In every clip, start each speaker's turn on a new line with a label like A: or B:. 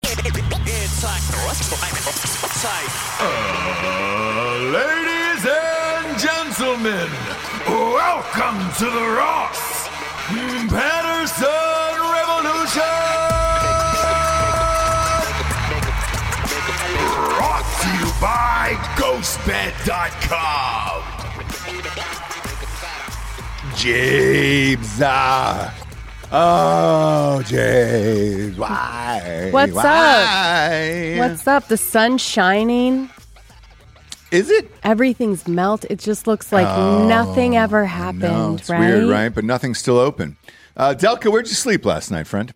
A: It's like type.
B: Ladies and gentlemen, welcome to the Ross Patterson Revolution! Brought to you by GhostBed.com. James. ah. oh, James. Why?
C: What's up?
B: Why?
C: What's up? The sun's shining.
B: Is it?
C: Everything's melt. It just looks like nothing ever happened,
B: Oh, No, it's
C: right?
B: weird, right? But nothing's still open. Uh, Delka, where'd you sleep last night, friend?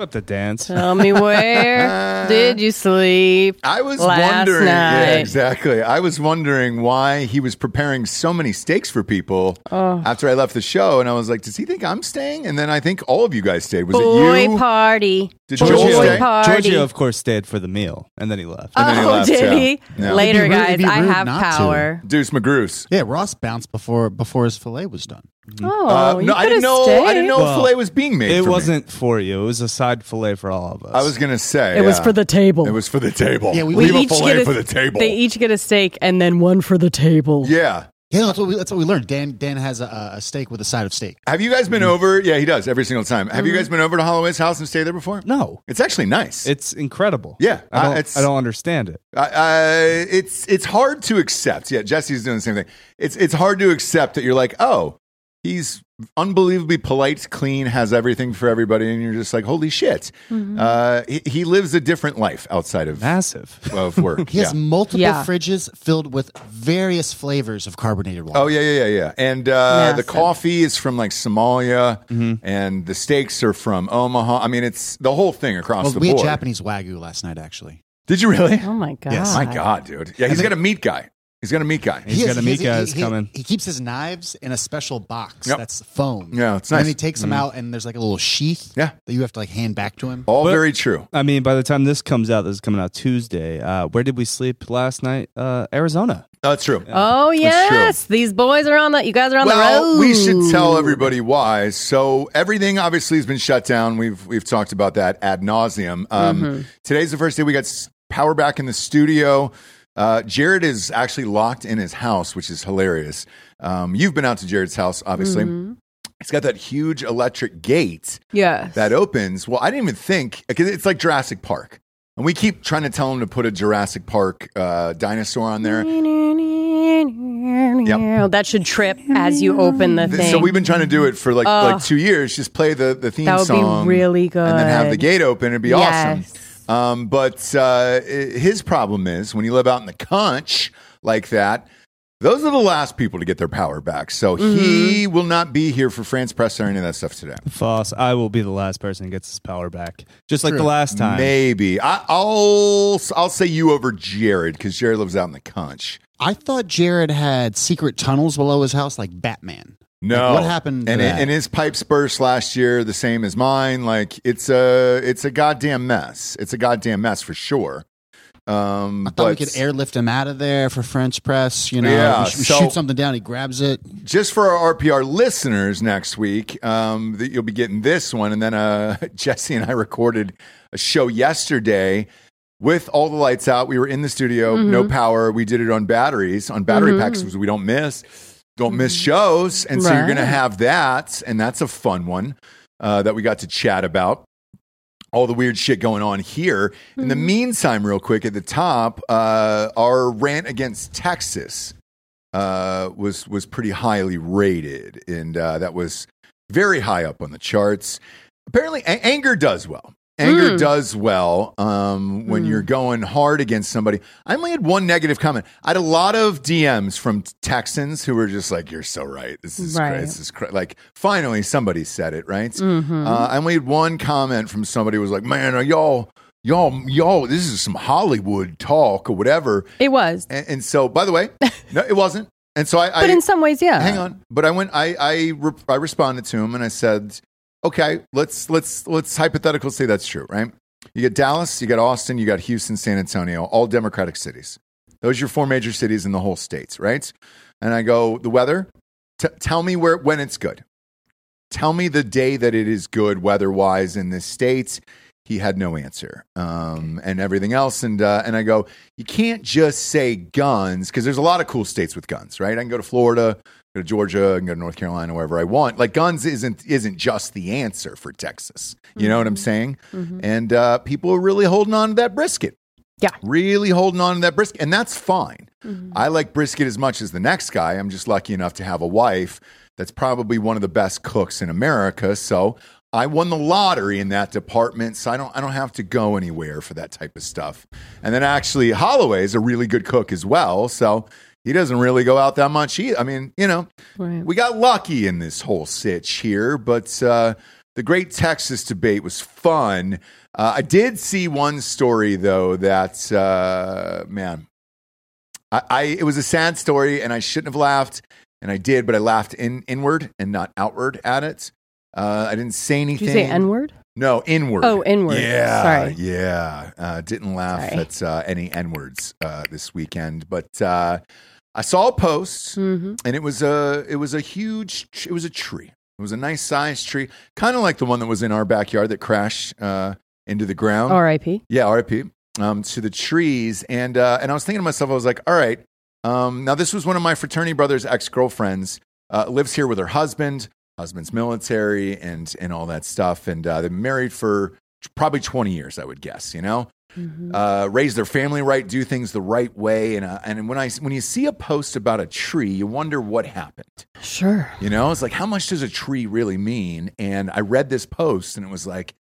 D: Up to dance.
C: Tell me where did you sleep?
B: I was
C: Last
B: wondering. Yeah,
C: night.
B: exactly. I was wondering why he was preparing so many steaks for people after I left the show, and I was like, "Does he think I'm staying?" And then I think all of you guys stayed. Was it
C: Boy
B: you?
C: party.
B: Did
C: Boy
B: Giorgio stay?
C: party.
D: Giorgio, of course, stayed for the meal, and then he left.
B: And then he
C: oh,
B: left,
C: did
B: yeah.
C: he?
B: Yeah.
C: Later,
E: It'd be rude-
C: guys,
E: it'd be
C: I
E: rude
C: have
E: not to.
C: power.
B: Deuce McGroose.
E: Yeah, Ross bounced before before his fillet was done.
C: Oh,
B: Uh,
C: you
B: no, I
C: could've
B: didn't know.
C: stayed.
B: I didn't know
D: Well,
B: filet was being made.
D: it
B: for me.
D: wasn't for you. It was a side fillet for all of us.
B: I was gonna say
C: It was
B: yeah.
C: for the table.
B: It was for the table.
E: Yeah, we-
C: We
B: leave a
C: each get
B: filet
C: a-
B: for the table.
C: They each get a steak and then one for the table.
B: yeah.
E: Yeah, that's what we, that's what we learned. Dan Dan has a, a steak with a side of steak.
B: Have you guys
D: Mm.
B: been over? Yeah, he does every single time. Have
C: Mm.
B: you guys been over to Holloway's house and stayed there before?
D: no.
B: It's actually nice.
D: It's incredible.
B: Yeah,
D: I
B: uh,
D: don't,
B: it's-
D: I don't understand it.
B: I, I, it's it's hard to accept. Yeah, Jesse's doing the same thing. It's it's hard to accept that you're like, oh, he's unbelievably polite, clean, has everything for everybody, and you're just like, holy shit. Uh, he, he lives a different life outside of
D: Massive.
B: of work.
E: He has
B: yeah.
E: multiple
C: Yeah.
E: fridges filled with various flavors of carbonated water.
B: Oh yeah, yeah, yeah, yeah. And uh, the
C: Massive.
B: coffee is from like Somalia,
E: Mm-hmm.
B: and the steaks are from Omaha. I mean, it's the whole thing across
E: well,
B: the
E: we had
B: board.
E: Japanese wagyu last night. Actually,
B: Did you really?
C: Oh my god.
E: Yes.
B: My God, dude. Yeah, he's got a meat guy. He's got a meat guy.
D: He's got a meat guy that's
E: he-
D: coming.
E: He keeps his knives in a special box
B: Yep.
E: that's foam.
B: Yeah, it's nice.
E: And
B: Mm-hmm.
E: then he takes them out, and there's like a little sheath.
B: Yeah. Oh.
E: that you have to like hand back to him.
B: All
D: But-
B: very true.
D: I mean, by the time this comes out, this is coming out Tuesday. Uh, where did we sleep last night? Uh, Arizona.
B: That's true.
C: Oh
B: That's true.
C: yes, these boys are on the. You guys are on
B: well,
C: the road.
B: we should tell everybody why. So everything obviously has been shut down. We've we've talked about that ad nauseum. Um,
C: Mm-hmm.
B: Today's the first day we got s- power back in the studio. Uh, Jared is actually locked in his house, which is hilarious. Um, you've been out to Jared's house, obviously.
C: Mm-hmm.
B: It's got that huge electric gate
C: Yes.
B: that opens. Well, I didn't even think because it's like Jurassic Park, and we keep trying to tell him to put a Jurassic Park uh, dinosaur on there.
C: That should trip as you open the
B: Th-
C: thing.
B: So we've been trying to do it for like like two years. Just play the the theme
C: That would be
B: song,
C: really
B: and then have
C: good.
B: the gate open. It'd be
C: Yes.
B: awesome. Um, but uh, i- his problem is when you live out in the conch like that. Those are the last people to get their power back. So he
C: Mm-hmm.
B: will not be here for France Press or any of that stuff today.
D: False. I will be the last person who gets his power back, just like
E: True.
D: the last time.
B: Maybe I, I'll I'll say you over Jared because Jared lives out in the conch.
E: I thought Jared had secret tunnels below his house, like Batman.
B: No,
E: Like, what happened to
B: And,
E: that?
B: and his pipes burst last year, the same as mine. Like it's a it's a goddamn mess. It's a goddamn mess for sure. Um,
E: I thought we
B: but
E: could airlift him out of there for French press. You know,
B: Yeah,
E: we sh- we
B: so-
E: shoot something down, he grabs it.
B: just for our RPR listeners next week, um, that you'll be getting this one, and then uh, Jesse and I recorded a show yesterday with all the lights out. We were in the studio, no power. We did it on batteries, on battery packs, because we don't miss, don't miss shows, and so you're going to
C: Right.
B: have that, and that's a fun one uh, that we got to chat about. All the weird shit going on here. In the meantime, real quick at the top, uh, our rant against Texas uh, was was pretty highly rated, and uh, that was very high up on the charts. Apparently, a- anger does well. Anger does well um, when you're going hard against somebody. I only had one negative comment. I had a lot of DMs from Texans who were just like, "You're so right. This is cra-
C: Right. Mm-hmm.
B: this is cra-. like Uh, finally somebody said it right." Uh, I only had one comment from somebody who was like, "Man, are y'all y'all, y'all, this is some Hollywood talk or whatever.
C: It was.
B: And, and so, by the way, no, it wasn't. And so I,
C: But
B: I
C: in uh, some ways, yeah.
B: hang on. But I went, I, I, re- I responded to him and I said, okay, let's, let's, let's hypothetical say that's true, right? You got Dallas, you got Austin, you got Houston, San Antonio, all Democratic cities. Those are your four major cities in the whole states, right? And I go, the weather, T- tell me where, when it's good. Tell me the day that it is good weather wise in this states. He had no answer um, and everything else. And, uh, and I go, you can't just say guns because there's a lot of cool states with guns, right? I can go to Florida, go to Georgia, I can go to North Carolina, wherever I want. Like guns isn't isn't just the answer for Texas. You know what I'm saying? And uh, people are really holding on to that brisket.
C: Yeah.
B: really holding on to that brisket, and that's fine. I like brisket as much as the next guy. I'm just lucky enough to have a wife that's probably one of the best cooks in America. So. I won the lottery in that department, so I don't I don't have to go anywhere for that type of stuff. And then actually Holloway is a really good cook as well, so he doesn't really go out that much. He, I mean, you know,
C: Right.
B: we got lucky in this whole sitch here, but uh, the great Texas debate was fun. Uh, I did see one story though that uh, man, I, I it was a sad story, and I shouldn't have laughed, and I did, but I laughed in inward and not outward at it. Uh, I didn't say
C: Did
B: anything.
C: you say N word?
B: No, inward.
C: Oh, inward.
B: Yeah,
C: Sorry.
B: yeah. Uh, didn't laugh
C: Sorry.
B: at uh, any n words uh, this weekend, but uh, I saw a post,
C: Mhm.
B: and it was a it was a huge tr- it was a tree. It was a nice sized tree, kind of like the one that was in our backyard that crashed uh, into the ground.
C: R.I.P.
B: Yeah, RIP. Um, to the trees, and uh, and I was thinking to myself, I was like, all right. Um, now this was one of my fraternity brother's ex girlfriends. Uh, lives here with her husband. Husband's military, and and all that stuff. And uh, they've been married for probably twenty years, I would guess. You know,
C: Mm-hmm.
B: uh, raise their family right, do things the right way. And uh, and when I when you see a post about a tree, you wonder what happened.
C: Sure.
B: You know, it's like, how much does a tree really mean? And I read this post and it was like,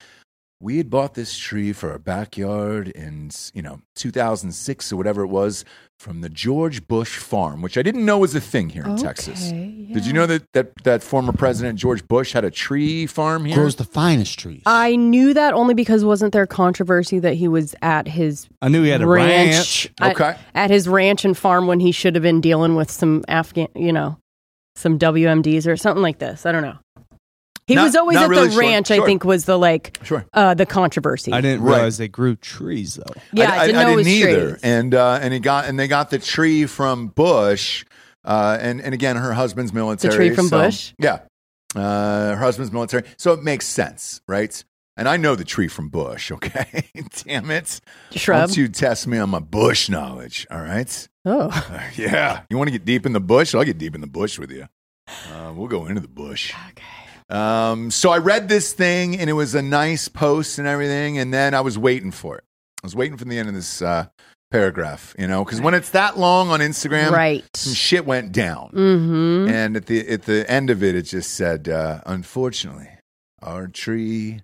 B: we had bought this tree for our backyard in, you know, 2006 or whatever it was from the George Bush farm, which I didn't know was a thing here in Texas.
C: Okay,
B: Did you
C: yeah.
B: know that, that that former president George Bush had a tree farm here?
E: Grows the finest trees.
C: I knew that only because wasn't there controversy that he was at his
D: I knew he had a ranch.
C: ranch? at-
B: Okay.
C: At, his ranch and farm when he should have been dealing with some Afghan, you know, some WMDs or something like this. I don't know. He
B: Not-
C: was always
B: not
C: at
B: really
C: the
B: sure.
C: ranch.
B: Sure.
C: I think was the like
B: Sure.
C: uh, the controversy.
D: I didn't
B: Right.
D: realize they grew trees though.
C: yeah, I, didn't know it was
B: either.
C: trees.
B: And uh, and he got and they got the tree from Bush. Uh, and and again, her husband's military.
C: from
B: so-
C: Bush?
B: Yeah, uh, her husband's military. So it makes sense, right? And I know the tree from Bush. Okay, damn it!
C: Shrub.
B: Don't you test me on my Bush knowledge? All right.
C: oh.
B: Uh, yeah, you want to get deep in the bush? I'll get deep in the bush with you. Uh, we'll go into the bush.
C: Okay.
B: Um, so I read this thing and it was a nice post and everything, and then I was waiting for it. I was waiting for the end of this uh, paragraph, you know, because when it's that long on Instagram, some
C: Right.
B: shit went down.
C: Mm-hmm.
B: And at the at the end of it, it just said, uh, "Unfortunately, our tree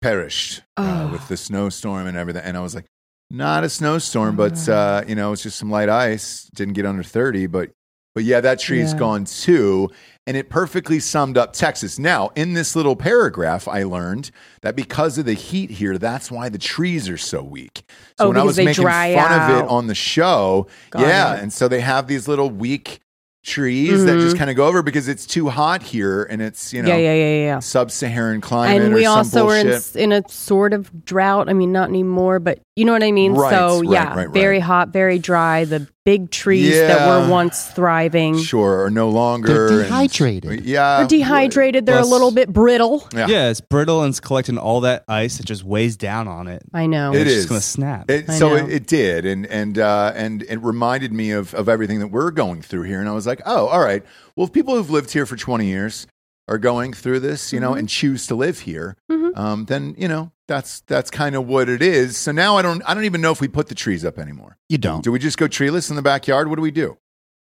B: perished uh,
C: Oh.
B: with the snowstorm and everything." And I was like, "Not a snowstorm, but
C: Oh.
B: uh, you know, it's just some light ice. Didn't get under thirty, but but yeah, that tree is
C: Yeah.
B: gone too." And it perfectly summed up Texas. Now, in this little paragraph, I learned that because of the heat here, that's why the trees are so weak. So
C: Oh,
B: when I
C: because
B: was
C: they
B: making
C: dry
B: fun of
C: out.
B: it on the show,
C: Got
B: yeah,
C: it.
B: and so they have these little weak trees that just kind of go over because it's too hot here and it's you know
C: Mm-hmm. yeah, yeah, yeah, yeah, yeah.
B: sub-Saharan climate
C: And we
B: or some
C: also were in,
B: bullshit.
C: s- in a sort of drought. I mean, not anymore, but you know what I mean.
B: Right,
C: so
B: right,
C: yeah,
B: right, right.
C: very hot, very dry. The big trees that
B: Yeah.
C: were once thriving
B: sure, or no longer
E: They're
B: and-
E: dehydrated.
B: yeah,
C: are dehydrated. They're a
D: Plus-
C: little bit brittle.
B: Yeah.
D: Yeah. it's brittle and it's collecting all that ice. It just weighs down on it.
C: I know.
B: It
D: it's
B: is.
D: just gonna snap.
B: It,
C: I
B: so
C: know.
B: it, it did, and and uh, and it reminded me of of everything that we're going through here. And I was like, oh, all right. Well, if people who've lived here for twenty years are going through this, you know,
C: Mm-hmm.
B: and choose to live here, um, then you know that's that's kind of what it is. So now I don't I don't even know if we put the trees up anymore.
E: You don't.
B: Do we just go treeless in the backyard? What do we do?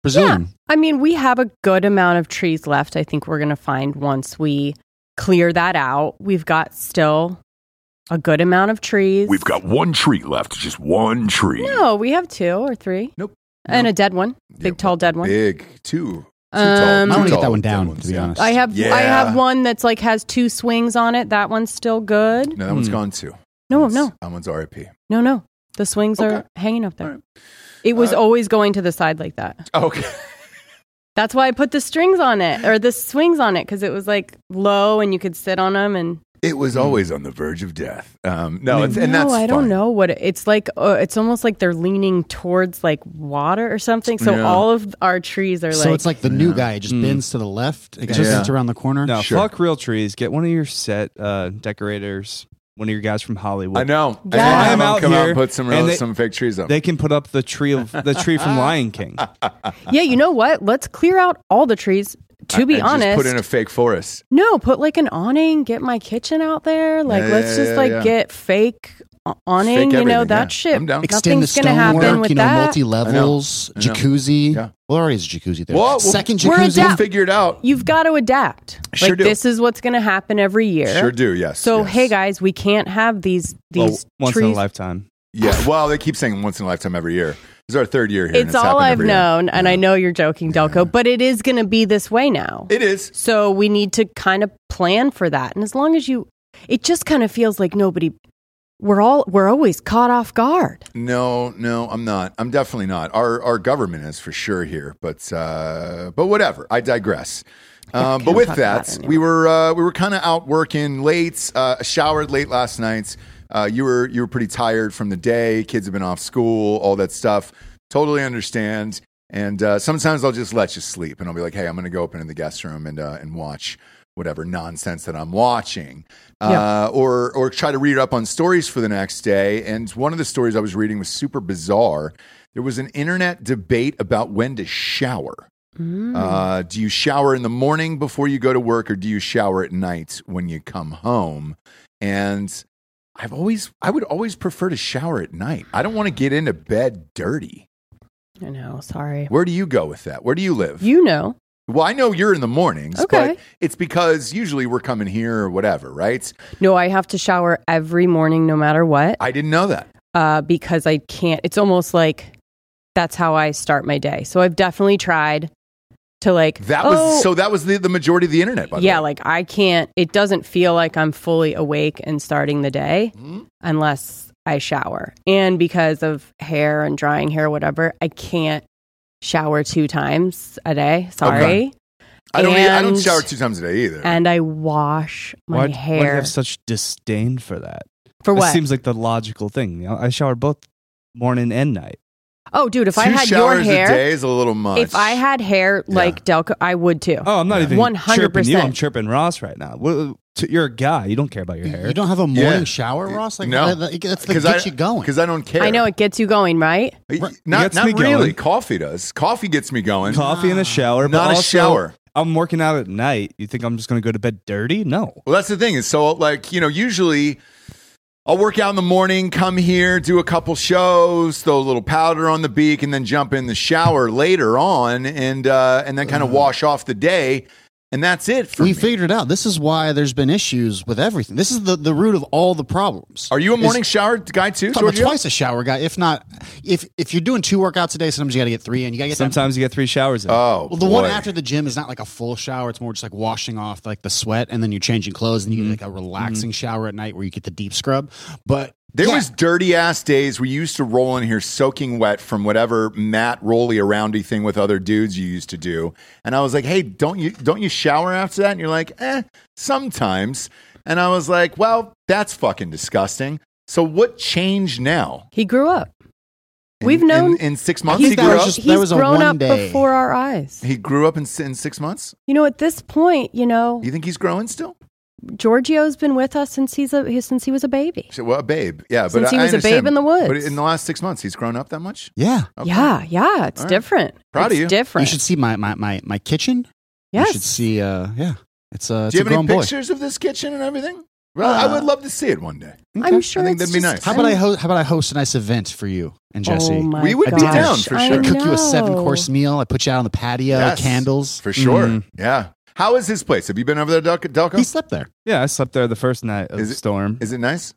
E: Presume.
C: I mean, we have a good amount of trees left. I think we're going to find once we clear that out. We've got still a good amount of trees.
A: We've got one tree left, just one tree.
C: no, we have two or three.
B: Nope.
C: And a dead one,
B: Yeah,
C: big tall dead one.
B: Big two. Two
C: Um,
B: tall,
C: I
B: two
C: wanna
E: get
B: tall
E: that one
B: dead
E: down,
B: ones,
E: to be
B: yeah.
E: honest.
C: I have
B: Yeah.
C: I have one that's like has two swings on it. That one's still good.
B: No, that one's
D: Hmm.
B: gone too.
C: No, no,
B: Someone's RIP.
C: no, no. The swings are hanging up there.
B: All right.
C: It was
B: Uh,
C: always going to the side like that.
B: Okay.
C: That's why I put the strings on it or the swings on it because it was like low and you could sit on them. And
B: It was always on the verge of death. Um, no, it's, and
C: no,
B: that's
C: I don't
B: fine.
C: know what it- it's like. Uh, it's almost like they're leaning towards like water or something. So
B: Yeah.
C: all of our trees are
E: So
C: like,
E: it's like the new guy just bends to the left. It just
B: Mm. Yeah.
E: hits around the corner.
D: No,
B: Sure.
D: fuck real trees. Get one of your set uh, decorators, one of your guys from Hollywood.
B: I know. I
C: Yeah.
B: know.
D: I'm
B: Have
D: out
B: them come out
D: here,
B: and put some
D: and
B: real,
D: they-
B: some fake trees up.
D: They can put up the tree of the tree from Lion King.
C: yeah,
E: uh-uh.
C: you know what? Let's clear out all the trees. To be
B: And just
C: honest,
B: put in a fake forest.
C: No, put like an awning, get my kitchen out there. Like,
B: Yeah,
C: let's
B: yeah,
C: just
B: yeah,
C: like
B: yeah.
C: get fake a- awning,
B: Fake
C: you know,
B: everything,
C: that
B: yeah.
C: shit.
B: I'm down.
E: Extend the
C: Nothing's
E: stone
C: gonna happen
E: work,
C: with
E: you know,
C: that.
E: multi levels,
B: I know.
E: jacuzzi.
B: Yeah.
E: Well, already is a jacuzzi there.
B: Well,
E: Second
C: we're
E: jacuzzi.
C: adapt-
B: Figure it out.
C: You've got to adapt.
B: Sure
C: like,
B: do.
C: this is what's going to happen every year.
B: Sure do. Yes.
C: So,
B: yes.
C: hey guys, we can't have these
D: Well,
C: these
D: Oh, once
C: trees.
D: in a lifetime.
B: Yeah. Well, they keep saying once in a lifetime every year. This is our third year here. and
C: It's, all
B: happened
C: I've
B: every year.
C: known, and I know you're joking, Delco, but it is going to be this way now.
B: It is.
C: so we need to kind of plan for that. And as long as you, it just kind of feels like nobody. We're all we're always caught off guard.
B: No, no, I'm not. I'm definitely not. Our our government is for sure here, but uh, but whatever. I digress. Um, but
C: can't
B: with
C: talk about
B: that,
C: it
B: we were uh, we were kind of out working late. Uh, showered late last night. Uh, you were you were pretty tired from the day. Kids have been off school, all that stuff. Totally understand. And uh, sometimes I'll just let you sleep, and I'll be like, "Hey, I'm going to go up into the guest room and uh, and watch whatever nonsense that I'm watching, uh, or or try to read up on stories for the next day. And one of the stories I was reading was super bizarre. There was an internet debate about when to shower.
C: Mm-hmm.
B: Uh, do you shower in the morning before you go to work, or do you shower at night when you come home? And I've always, I would always prefer to shower at night. I don't want to get into bed dirty.
C: I know. Sorry.
B: Where do you go with that? Where do you live?
C: You know.
B: well, I know you're in the mornings,
C: Okay.
B: but it's because usually we're coming here or whatever, right?
C: No, I have to shower every morning, no matter what,
B: I didn't know that.
C: uh, because I can't. It's almost like that's how I start my day. So I've definitely tried to like
B: That
C: oh,
B: was so. That was the, the majority of the internet. By the
C: yeah,
B: way.
C: like I can't. It doesn't feel like I'm fully awake and starting the day
B: Mhm.
C: unless I shower, and because of hair and drying hair, whatever, I can't shower two times a day. Sorry,
B: I don't. I don't
C: and-
B: shower two times a day either.
C: and I wash my
D: Why, why do you
C: hair
D: have such disdain for that?
C: for
D: It
C: what?
D: seems like the logical thing. You know, I shower both morning and night.
C: oh, dude, if
B: two
C: I had your
B: showers
C: hair,
B: a day is a little much.
C: If I had hair like Delco, I would too.
D: Oh, I'm not even
C: 100%.
D: chirping you. I'm chirping Ross right now. What- t- You're a guy. You don't care about your hair.
E: You don't have a morning
B: Yeah.
E: shower, Ross? Like,
B: no,
E: that- that- that's the get you going.
B: Because I don't care.
C: I know it gets you going, right?
B: Y-
E: Right.
B: Not,
D: Gets
B: not
D: me
B: really.
D: going.
B: Coffee does. Coffee gets me going.
D: Coffee
C: Ah.
D: in a shower, but
B: Not a
D: also,
B: shower.
D: I'm working out at night. You think I'm just going to go to bed dirty? No.
B: Well, that's the thing. Is so like you know usually. I'll work out in the morning, come here, do a couple shows, throw a little powder on the beak, and then jump in the shower later on, and uh, and then kind
D: Uh-huh.
B: of wash off the day, and that's it for
E: we
B: me.
E: figured it out. This is why there's been issues with everything. This is the, the root of all the problems.
B: Are you a morning shower guy too,
E: I'm
B: Giorgio?
E: twice a shower guy? If not, if if you're doing two workouts a day, sometimes you got to get three, and you got to get that-
D: Sometimes you get three showers in.
B: Oh,
E: Well, the one
B: boy.
E: after the gym is not like a full shower. It's more just like washing off like the sweat, and then you're changing clothes, and you
B: Mm-hmm.
E: get like a relaxing shower at night where you get the deep scrub. But
B: There
E: yeah,
B: was dirty ass days we used to roll in here soaking wet from whatever Matt Rolly aroundy thing with other dudes you used to do. And I was like, "Hey, don't you don't you shower after that?" And you're like, "Eh, sometimes." And I was like, "Well, that's fucking disgusting." So what changed now?
C: He grew up.
B: In-
C: We've known
B: in, in six months.
E: He's
B: He
E: that
B: grew,
E: was
B: up,
E: just-
C: he's
E: was a
C: grown
E: one
C: up
E: day.
C: before our eyes.
B: he grew up in, s- in six months.
C: You know, at this point, you know,
B: You think he's growing still?
C: Giorgio's been with us since he's a he- since he was a baby.
B: So, Well, a babe, yeah.
C: Since
B: but
C: he
B: I- I
C: was a babe
B: understand.
C: in the woods.
B: But in the last six months, he's grown up that much.
E: yeah.
B: Okay.
C: Yeah, yeah, it's
B: All right.
C: different.
B: Proud of
C: It's
B: you.
C: Different.
E: You should see my my my, my kitchen.
C: yes.
E: You should see. Uh, yeah, it's a. It's
B: Do you
E: a
B: have any
E: grown boy.
B: pictures of this kitchen and everything? Well, I
E: Uh,
B: would love to see it one day.
C: I'm sure
B: I think that'd
C: it's
B: be
C: just-
B: nice.
E: How about I ho- how about I host a nice event for you and Jesse?
C: Oh my
B: We would be
C: gosh,
B: down for
C: I
B: sure.
E: I cook you a seven
C: know.
E: course meal. I put you out on the patio,
B: Yes,
E: candles.
B: For sure.
D: Mm.
C: Mm-hmm.
B: Yeah. How is his place? Have you been over there, Delco? Delco?
E: He slept there.
D: Yeah, I slept there the first night of
B: Is
D: the
B: it-
D: storm.
B: Is it nice?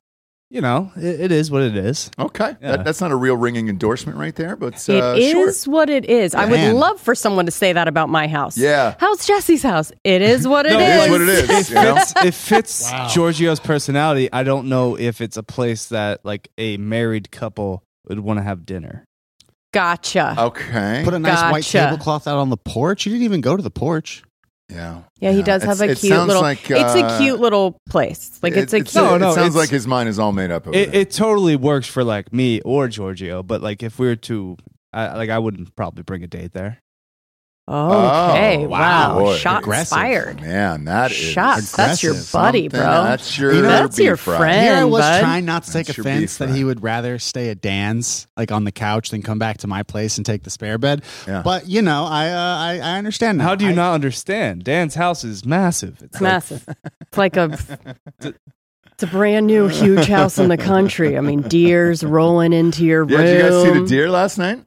D: you know, it, it is what it is.
B: Okay,
D: Yeah.
B: that, that's not a real ringing endorsement right there, but uh,
C: it is
B: sure.
C: what it is. I would
E: Man.
C: love for someone to say that about my house.
B: Yeah.
C: How's Jesse's house? It is what it is.
D: No,
B: It is what it is. you know?
D: It's- it fits
E: Wow.
D: Giorgio's personality. I don't know if it's a place that like a married couple would want to have dinner.
C: Gotcha.
B: Uh, Okay.
E: Put a nice white
C: Gotcha.
E: tablecloth out on the porch. You didn't even go to the porch.
B: yeah.
C: Yeah, he does have
B: It's-
C: a
B: it
C: cute
B: sounds
C: little.
B: like,
C: it's a
B: uh,
C: cute little place. Like
B: it-
C: it's a
B: it's-
C: cute.
D: No, no,
B: it sounds
D: it's-
B: like his mind is all made up. Over
D: It,
B: there.
D: it totally works for like me or Giorgio, but like if we were to, I, like I wouldn't probably bring a date there.
C: okay.
B: Oh,
C: wow.
B: boy.
C: Shots
E: Aggressive.
C: fired.
B: Man, that is
C: Shots. That's your
E: aggressive.
C: buddy,
B: something.
C: bro.
B: That's your
E: You know,
C: that's your
B: beef fry.
C: friend.
E: Here I was
C: bud.
E: trying not to take
B: That's your
E: offense
B: beef
E: that
B: fry.
E: he would rather stay at Dan's, like on the couch, than come back to my place and take the spare bed.
B: Yeah.
E: But you know, I uh, I, I understand. Now.
D: How do you
E: I-
D: not understand? Dan's house is massive. It's
C: It's
D: like-
C: massive. It's like a. It's a brand new huge house in the country. I mean, deers rolling into your room.
B: Yeah, did you guys see the deer last night?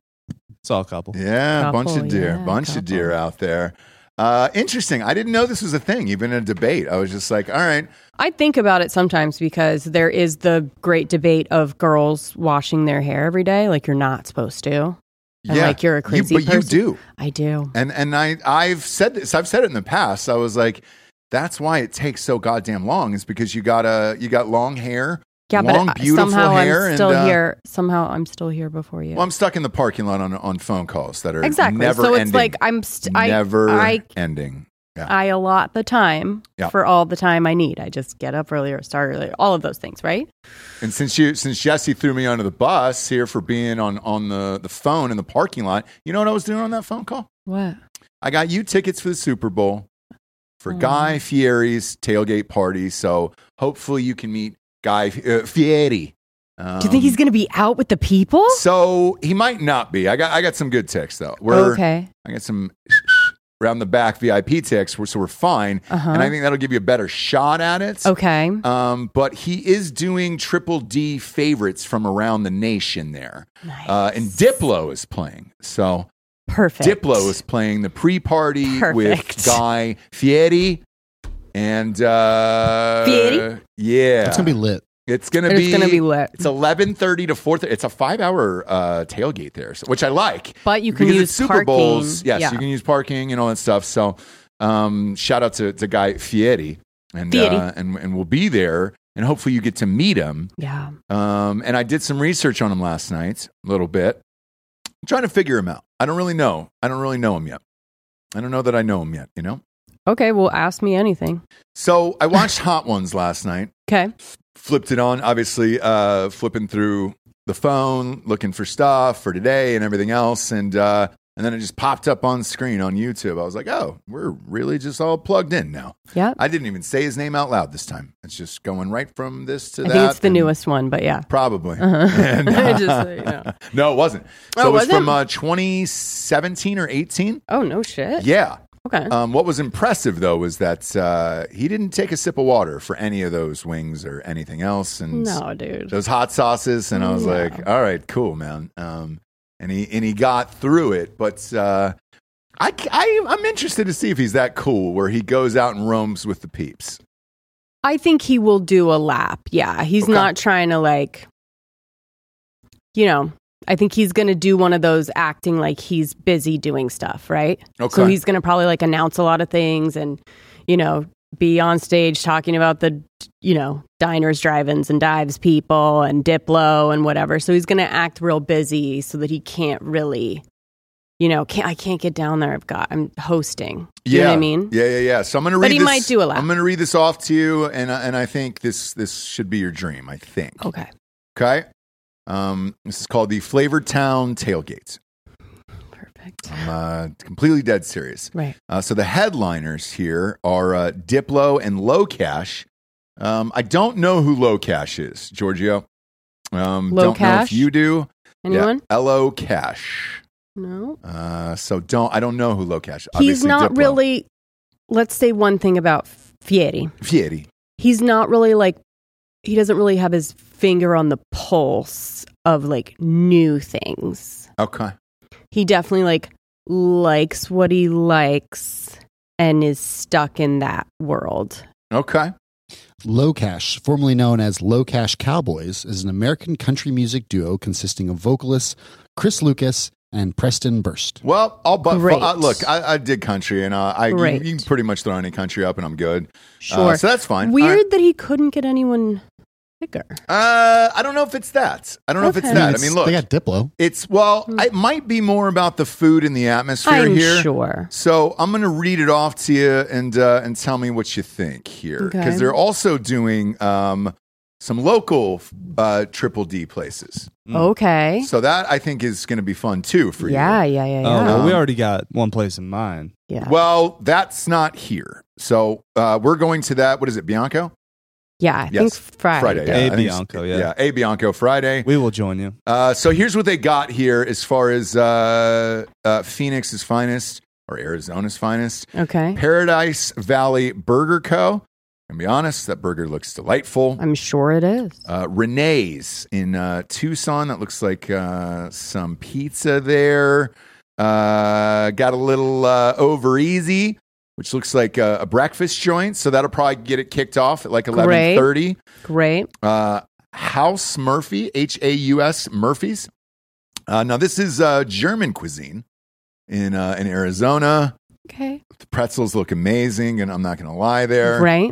D: it's all couple.
B: Yeah, a bunch
C: Couple,
B: of deer,
C: yeah,
B: bunch
C: couple.
B: of deer out there. Uh, interesting. I didn't know this was a thing, even in a debate. I was just like, all right,
C: I think about it sometimes because there is the great debate of girls washing their hair every day. Like you're not supposed to. And
B: yeah,
C: like you're a crazy
B: you, but
C: person.
B: you do.
C: I do.
B: And and I I've said this. I've said it in the past. I was like, that's why it takes so goddamn long. Is because you got a you got long hair.
C: Yeah,
B: long,
C: but I-
B: beautiful
C: somehow
B: hair
C: I'm still
B: and, uh,
C: here. Somehow I'm still here before you.
B: Well, I'm stuck in the parking lot on on phone calls that are
C: exactly.
B: Never
C: so it's
B: ending.
C: like I'm st- I,
B: never
C: I
B: ending.
C: I allot the time
B: Yeah.
C: for all the time I need. I just get up earlier, start earlier, all of those things, right?
B: And since you since Jesse threw me under the bus here for being on on the the phone in the parking lot, you know what I was doing on that phone call?
C: What?
B: I got you tickets for the Super Bowl for
C: Aw.
B: Guy Fieri's tailgate party. So hopefully you can meet Guy uh, Fieri.
C: Do you think
B: Um,
C: he's going to be out with the people?
B: So he might not be. I got I got some good ticks though. We're
C: okay.
B: I got some around the back VIP ticks, we're- so we're fine.
C: Uh-huh.
B: And I think that'll give you a better shot at it.
C: Okay.
B: Um, but he is doing triple D favorites from around the nation there.
C: Nice.
B: Uh, and Diplo is playing. So
C: Perfect.
B: Diplo is playing the pre party
C: Perfect.
B: with Guy Fieri. And uh,
C: Fieri?
B: Yeah.
E: It's gonna be lit.
B: It's gonna
C: It's
B: be
C: going to be lit.
B: It's eleven thirty to four thirty. It's a five hour uh, tailgate there, so- which I like.
C: But you can
B: because
C: use
B: it's Super
C: parking.
B: Bowls. Yes,
C: yeah.
B: you can use parking and all that stuff. So um, shout out to, to guy Fieri and
C: Fieri.
B: Uh, and and we'll be there and hopefully you get to meet him.
C: yeah.
B: Um, and I did some research on him last night, a little bit. I'm trying to figure him out. I don't really know. I don't really know him yet. I don't know that I know him yet. You know.
C: Okay. Well, ask me anything.
B: So I watched Hot Ones last night.
C: Okay.
B: flipped it on obviously uh flipping through the phone looking for stuff for today and everything else and uh and then it just popped up on screen on YouTube. I was like, "Oh, we're really just all plugged in now."
C: Yeah.
B: I didn't even say his name out loud this time. It's just going right from this to
C: I
B: that.
C: think it's the
B: and-
C: newest one, but yeah.
B: probably.
C: Uh-huh.
B: And,
C: I just, uh, you know.
B: No, it wasn't. So
C: Oh,
B: it was
C: wasn't?
B: from uh, 2017 or 18.
C: Oh no shit.
B: Yeah.
C: Okay.
B: Um, what was impressive though was that uh, he didn't take a sip of water for any of those wings or anything else, and
C: no, dude.
B: those hot sauces and i was
C: No.
B: like all right cool man um, and he and he got through it but uh, I, c- I i'm interested to see if he's that cool where he goes out and roams with the peeps
C: I think he will do a lap. Yeah. He's
B: Okay.
C: not trying to like you know, I think he's going to do one of those acting like he's busy doing stuff, right?
B: okay
C: So he's going to probably like announce a lot of things and you know, be on stage talking about the you know, diners, drive-ins and dives people and Diplo and whatever. So he's going to act real busy so that he can't really you know, can't, I can't get down there. I've got I'm hosting. You know what I mean?
B: yeah yeah yeah so i'm gonna
C: But
B: read
C: he
B: this-
C: might do a lap.
B: i'm gonna read this off to you and I- and i think this this should be your dream i think
C: Okay.
B: okay um, this is called the Flavor Town Tailgate.
C: Perfect.
B: I'm uh, completely dead serious.
C: Right.
B: Uh, so the headliners here are uh, Diplo and Low Cash. Um, I don't know who Low Cash is, Giorgio. Um,
C: Low
B: don't know
C: Cash?
B: if you do.
C: Anyone?
B: Yeah, L.O. Cash.
C: No.
B: Uh, so don't. I don't know who Low Cash.
C: He's
B: obviously
C: not
B: Diplo.
C: really. Let's say one thing about Fieri.
B: Fieri.
C: He's not really like. He doesn't really have his finger on the pulse of like new things.
B: Okay.
C: He definitely like likes what he likes and is stuck in that world.
B: Okay.
E: Low Cash, formerly known as Low Cash Cowboys, is an American country music duo consisting of vocalists Chris Lucas and Preston Burst.
B: Well, I'll but
C: Great.
B: uh, look. I, I did country, and uh, I you,
C: Great.
B: you can pretty much throw any country up, and I'm good.
C: Sure.
B: Uh, so that's fine.
C: Weird
B: All right.
C: that he couldn't get anyone bigger.
B: Uh, I don't know if it's that. I don't know if it's
C: Okay. Hmm.
B: that. I
E: it's-
B: mean, look,
E: They got Diplo.
B: it's well, it might be more about the food and the atmosphere
C: I'm
B: here.
C: sure.
B: So I'm going to read it off to you and uh, and tell me what you think here,
C: Okay.
B: because they're also doing um, some local uh, triple D places.
C: Okay.
B: So that I think is going to be fun too for
C: yeah,
B: you.
C: yeah, yeah, yeah.
D: Oh, well, we already got one place in mind.
C: yeah.
B: Well, that's not here. So uh, we're going to that. What is it, Bianco?
C: yeah, I
B: yes.
C: think Friday.
B: yeah,
D: A
B: I think it's-
D: Bianco, yeah.
B: yeah, A Bianco Friday.
D: We will join you.
B: Uh, so here's what they got here as far as uh, uh, Phoenix's finest or Arizona's finest.
C: Okay.
B: Paradise Valley Burger Co. And be honest, that burger looks delightful.
C: I'm sure it is.
B: Uh, Renee's in uh, Tucson. That looks like uh, some pizza there. Uh, got a little uh, over easy, which looks like a, a breakfast joint. So that'll probably get it kicked off at like eleven
C: Great.
B: thirty.
C: Great.
B: Uh, House Murphy, H A U S Murphy's. Uh, now this is uh, German cuisine in uh, in Arizona.
C: Okay.
B: The pretzels look amazing, and I'm not going to lie there.
C: Right.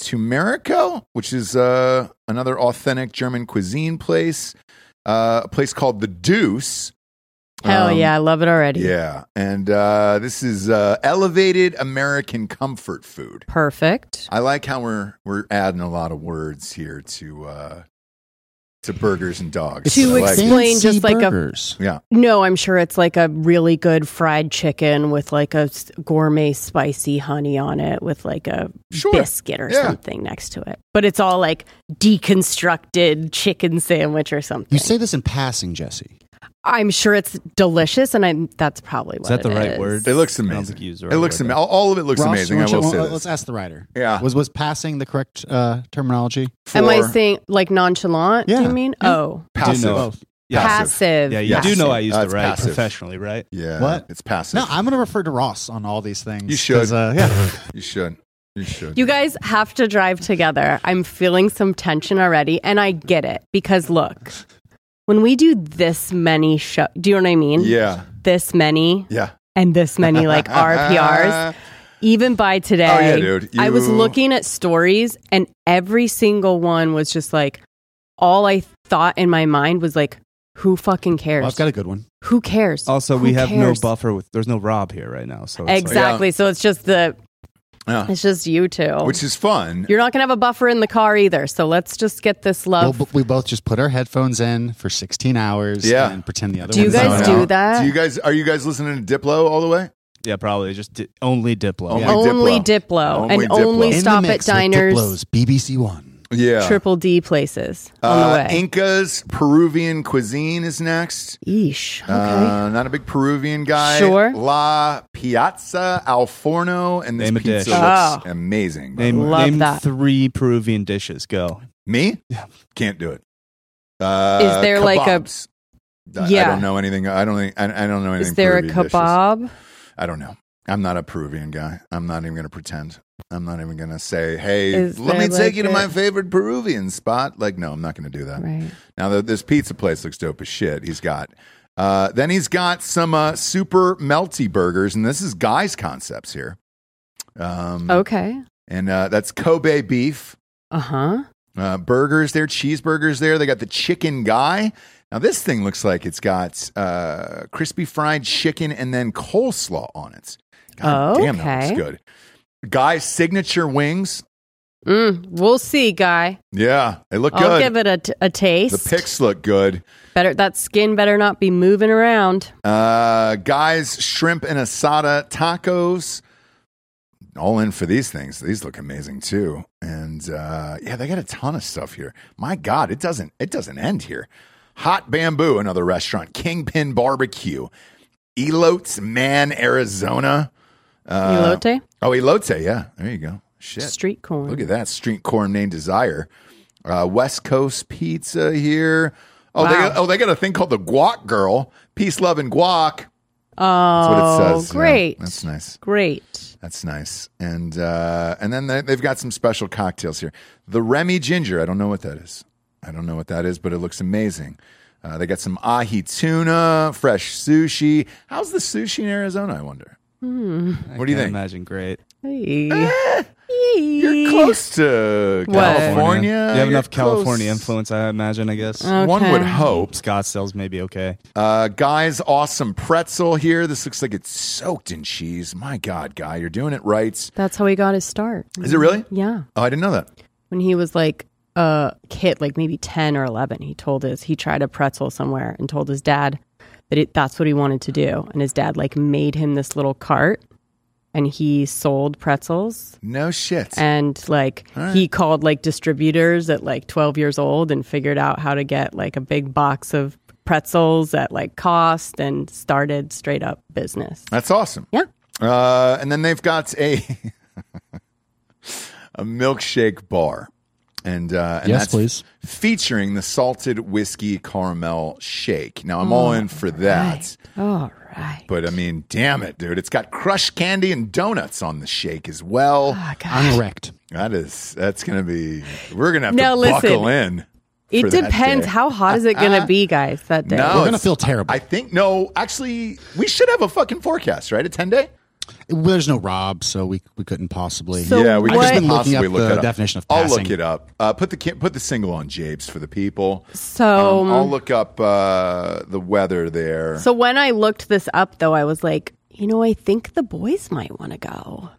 B: Tumerico, which is uh, another authentic German cuisine place, uh, a place called The Deuce.
C: Hell
B: Um,
C: yeah, I love it already.
B: Yeah. And uh, this is uh, elevated American comfort food.
C: Perfect.
B: I like how we're we're adding a lot of words here to uh, to burgers and dogs.
C: To
B: I like it.
C: explain- just like a-
E: burgers.
B: yeah,
C: No, I'm sure it's like a really good fried chicken with like a s- gourmet spicy honey on it with like a
B: Sure.
C: biscuit or
B: Yeah.
C: something next to it. But it's all like deconstructed chicken sandwich or something.
E: You say this in passing, Jesse.
C: I'm sure it's delicious and I'm that's probably what
D: Is that the
C: it
D: right
C: is.
D: word?
B: it looks
D: I don't
B: amazing.
D: think you used the
B: It
D: right
B: looks
D: word
B: amazing.
D: there.
B: All, all of it looks
E: Ross,
B: amazing.
E: why
B: I
E: don't you-
B: will say
E: well,
B: this.
E: Let's ask the writer.
B: Yeah.
E: Was was passing the correct uh, terminology?
C: Am I
B: For
C: saying like nonchalant? Do
E: Yeah.
C: you mean? Oh,
B: passive?
D: Do know- Yeah.
C: passive.
D: Yeah, you
B: Yes.
D: do know I used
B: Uh,
D: the
B: it's
D: right
B: passive.
D: professionally, right?
B: Yeah,
E: What?
B: It's passive.
E: No, I'm going to refer to Ross on all these things.
B: You should.
E: 'cause, uh, yeah.
B: you should. You should.
C: You guys have to drive together. I'm feeling some tension already, and I get it because look, when we do this many show, do you know what I mean?
B: Yeah.
C: This many
B: Yeah. Uh,
C: and this many like RPRs. Even by today,
B: Oh, yeah, dude.
C: I was
B: You-
C: looking at stories, and every single one was just like, all I thought in my mind was like, who fucking cares?
E: Well, I've got a good one.
C: who cares?
D: Also,
C: Who
D: we have no
C: cares?
D: buffer with. There's no Rob here right now, so it's like-
C: Exactly. So it's just the
B: Yeah.
C: it's just you two.
B: Which is fun.
C: You're not going to have a buffer in the car either. So let's just get this
E: Well,
C: love.
E: b- we both just put our headphones in for 16 hours
B: Yeah.
E: and pretend the other
C: Do you
E: one's
C: guys
E: not
C: do
E: out.
C: that?
B: uh, Do you guys are you guys listening to Diplo all the way?
D: yeah, probably just di- only Diplo.
B: Only
D: Yeah.
B: Diplo.
C: only Diplo,
B: Only
C: and
B: Diplo.
C: only
B: In
E: the
C: stop at
E: mix with
C: diners,
E: Diplo's BBC One.
B: Yeah.
C: triple D places on the
B: Uh,
C: way.
B: Incas Peruvian cuisine is next.
C: Eesh. Okay.
B: Uh, not a big Peruvian guy.
C: Sure.
B: La Piazza Al Forno, and this
D: Name a
B: pizza
D: dish.
B: looks
C: Oh.
B: amazing. by the
D: Name,
B: way.
C: Love
D: name
C: that.
D: three Peruvian dishes. Go.
B: Me?
D: Yeah.
B: Can't do it. Uh,
C: Is there like a-
B: kebabs. I- I
C: Yeah.
B: don't know anything. I don't. think- I, I don't know anything.
C: Is there a
B: Peruvian dishes.
C: kebab?
B: I don't know. I'm not a Peruvian guy. I'm not even going to pretend. I'm not even going to say, hey,
C: Is
B: let me
C: there
B: take you
C: like
B: to
C: a-
B: my favorite Peruvian spot. Like, no, I'm not going to do that.
C: Right.
B: Now, th- this pizza place looks dope as shit. He's got. Uh, then he's got some uh, super melty burgers, and this is Guy's Concepts here.
C: Oh.
B: Um,
C: Okay.
B: And uh, that's Kobe beef
C: Uh huh.
B: uh, burgers there, cheeseburgers there. They got the chicken guy. Now, this thing looks like it's got uh, crispy fried chicken and then coleslaw on it. God damn, that
C: Okay.
B: looks good. Guy's signature wings.
C: Mm, we'll see, guy.
B: Yeah, they look
C: I'll
B: good.
C: give it a, t- a
B: the
C: taste.
B: pics look good.
C: Better that skin better not be moving around.
B: Uh, guys, shrimp and asada tacos. All in for these things. These look amazing too. And uh, yeah, they got a ton of stuff here. My God, it doesn't it doesn't end here. Hot Bamboo, another restaurant. Kingpin Barbecue, Elotes Man, Arizona. Uh,
C: Elote,
B: Oh, Elote, yeah. There you go. Shit.
C: street corn.
B: Look at that street corn named Desire. Uh, West Coast Pizza here. Oh, they
C: Wow.
B: got, oh they got a thing called the Guac Girl. Peace, love, and guac.
C: Oh,
B: That's what it says. Yeah,
C: great.
B: that's nice.
C: Great.
B: That's nice. And uh, and then they- they've got some special cocktails here. The Remy Ginger. I don't know what that is. I don't know what that is, but it looks amazing. Uh, they got some ahi tuna, fresh sushi. How's the sushi in Arizona? I wonder. What do you
D: Can't
B: think?
D: Imagine great.
C: Hey.
B: Eh, You're close to
C: What?
B: California.
D: You have enough
B: You're close.
D: California influence, I imagine. I guess
C: Uh,
B: One would
C: Okay.
B: hope.
D: Scottsdale's maybe okay.
B: Uh, guys, awesome pretzel here. This looks like it's soaked in cheese. My God, guy, you're doing it right.
C: That's how he got his start.
B: Is it really?
C: Yeah.
B: Oh, I didn't know that.
C: When he was like a kid, like maybe 10 or 11, he told his, he tried a pretzel somewhere and told his dad that it, that's what he wanted to do. And his dad like made him this little cart and he sold pretzels.
B: No shit.
C: And like he called like distributors at like 12 years old and figured out how to get like a big box of pretzels at like cost and started straight up business.
B: That's awesome.
C: Yeah.
B: Uh, and then they've got a a milkshake bar, and, uh, and
E: Yes,
B: that's
E: please.
B: featuring the salted whiskey caramel shake. Now I'm
C: Oh,
B: all in for that,
C: All right.
B: but I mean, damn it, dude! It's got crushed candy and donuts on the shake as well.
C: Ah.
E: I'm wrecked.
B: That is that's gonna be we're gonna have
C: Now,
B: to
C: listen.
B: buckle in. for
C: It
B: that
C: depends.
B: day. Uh-uh.
C: How hot is it going to be, guys, that day?
B: No,
E: We're gonna
B: it's-
E: feel terrible.
B: I think no. Actually, we should have a fucking forecast, right? A ten day.
E: There's no Rob, so we we couldn't possibly.
C: So Yeah, we
E: I've just
C: what-
E: been looking up
B: possibly look
E: the
B: it up.
E: definition of
B: I'll
E: passing.
B: look it up. Uh, put the ki- put the single on Japes for the people.
C: So,
B: Um, I'll look up uh, the weather there.
C: so when I looked this up, though, I was like, you know, I think the boys might want to go.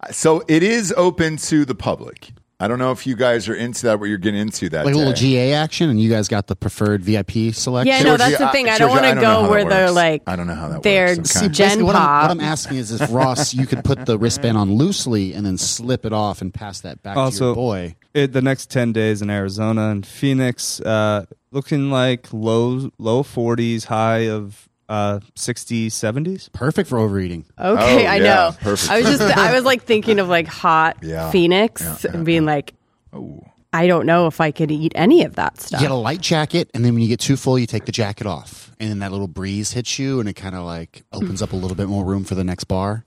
B: Uh, so it is open to the public. I don't know if you guys are into that. What you're getting into that
E: Like
B: day.
E: a little GA action, and you that's got the preferred VIP selection.
C: Yeah, no,
B: Georgia,
C: that's the
B: I-
C: thing. I don't
B: Georgia,
C: want
B: I
C: to
B: don't know how
C: go where
B: that
C: they're
B: works.
C: like,
B: I don't know how that
C: they're
B: works. I'm kinda-
E: Basically,
C: gen
E: what, I'm,
C: pop.
E: what I'm asking is if Ross, you could put the wristband on loosely and then slip it off and pass that back to your
D: Also,
E: boy.
D: It, the next ten days in Arizona and Phoenix, uh, looking like low low forties, high of uh, 60s, 70s.
E: Perfect for overeating.
C: okay,
B: Oh,
C: I
B: yeah,
C: know.
B: perfect.
C: I was just, I was like thinking of like hot
B: Yeah.
C: Phoenix
B: Yeah, yeah,
C: and being like, I don't know if I could eat any of that
E: You
C: stuff.
E: get a light jacket, and then when you get too full, you take the jacket off, and then that little breeze hits you, and it kind of like opens up a little bit more room for the next bar.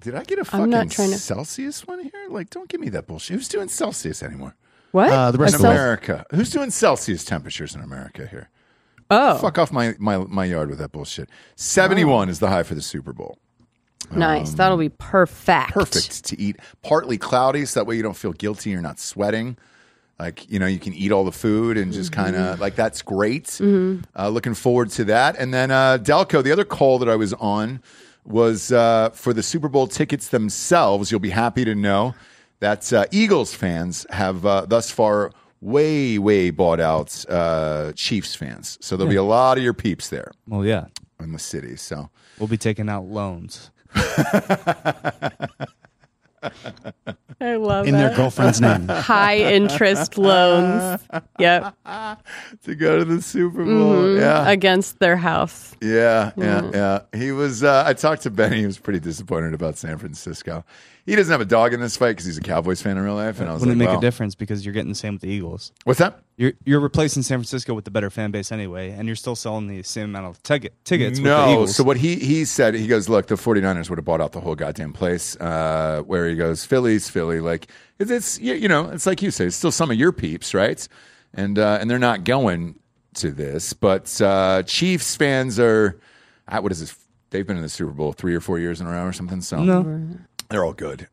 B: Did I get a
C: I'm
B: fucking
C: not trying to-
B: Celsius one here? Like, don't give me that bullshit. Who's doing Celsius anymore?
C: what?
E: Uh, the
C: A
E: rest
B: In
E: of
C: self-
E: the-
B: America, who's doing Celsius temperatures in America here?
C: oh,
B: Fuck off my, my, my yard with that bullshit. 71 is the high for the Super Bowl.
C: nice. That'll be perfect.
B: Um, Perfect to eat. Partly cloudy, so that way you don't feel guilty. You're not sweating. Like, you know, you can eat all the food and just kind of like that's great. Uh, looking forward to that. And then uh, Delco, the other call that I was on was uh, for the Super Bowl tickets themselves. You'll be happy to know that uh, Eagles fans have uh, thus far way, way bought out uh, Chiefs fans. So there'll be a lot of your peeps there
D: Well, yeah,
B: in the city. So
D: we'll be taking out loans.
C: I love
E: in their girlfriend's name.
C: High interest loans. Yep.
B: to go to the Super Bowl, yeah,
C: Against their house.
B: yeah, yeah, yeah. He was. Uh, I talked to Benny. He was pretty disappointed about San Francisco. He doesn't have a dog in this fight because he's a Cowboys fan in real life. And I was
D: Wouldn't
B: like,
D: make
B: wow.
D: a difference because you're getting the same with the Eagles.
B: What's that?
D: You're you're replacing San Francisco with the better fan base anyway, and you're still selling the same amount of ticket tickets. with the
B: no.
D: Eagles.
B: So what he he said, he goes, look, the 49ers would have bought out the whole goddamn place. Uh, where he goes, Phillies, Philly, like it's, it's you, you know, it's like you say, it's still some of your peeps, right? And uh, and they're not going to this, but uh, Chiefs fans are. At, what is this? They've been in the Super Bowl three or four years in a row or something.
C: Oh,
B: So
D: no,
B: they're all good.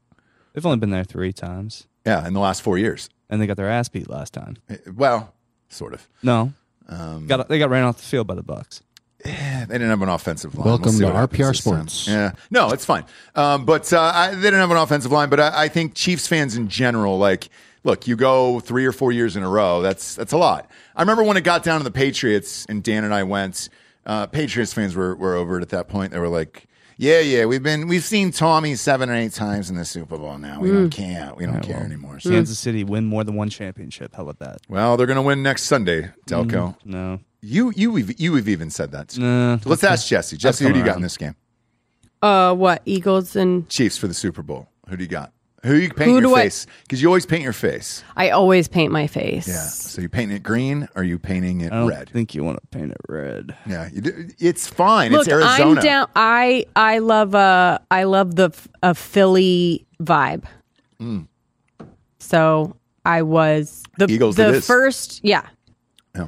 D: they've only been there three times,
B: Yeah, in the last four years.
D: and they got their ass beat last time.
B: Eh, Well, sort of.
D: No,
B: um,
D: got they got ran off the field by the Bucks.
B: Eh, They didn't have an offensive line.
E: Welcome
B: see
E: to
B: what happens
E: RPR
B: this time.
E: Sports.
B: Yeah, no, it's fine. Um, but uh, I, they didn't have an offensive line. But I, I think Chiefs fans in general, like, look, you go three or four years in a row. That's that's a lot. I remember when it got down to the Patriots, and Dan and I went. Uh, Patriots fans were were over it at that point. They were like. Yeah, yeah, we've been we've seen Tommy seven or eight times in the Super Bowl now.
E: Mm.
B: We don't care. We don't care anymore.
C: Hmm.
B: So.
D: Kansas City win more than one championship. How about that?
B: Well, they're going to win next Sunday, Delco.
E: Mm-hmm.
D: No,
B: You you have- you have even said that.
D: Nah.
B: So let's ask Jesse. Jesse, who do you got in
D: around.
B: this game?
C: Uh, what? Eagles and
B: Chiefs for the Super Bowl. Who do you got? Who you paint
C: Who
B: your
C: do I-
B: face? Because you always paint your face.
C: I always paint my face.
B: Yeah. So you painting it green or you painting it
D: I don't
B: red?
D: think you want to paint it red.
B: yeah. You do, it's fine.
C: Look,
B: it's Arizona.
C: I'm down. I I love uh I love the f- a Philly vibe.
B: Mm.
C: So I was the
B: Eagles it
C: the
B: is.
C: first yeah.
B: Yeah.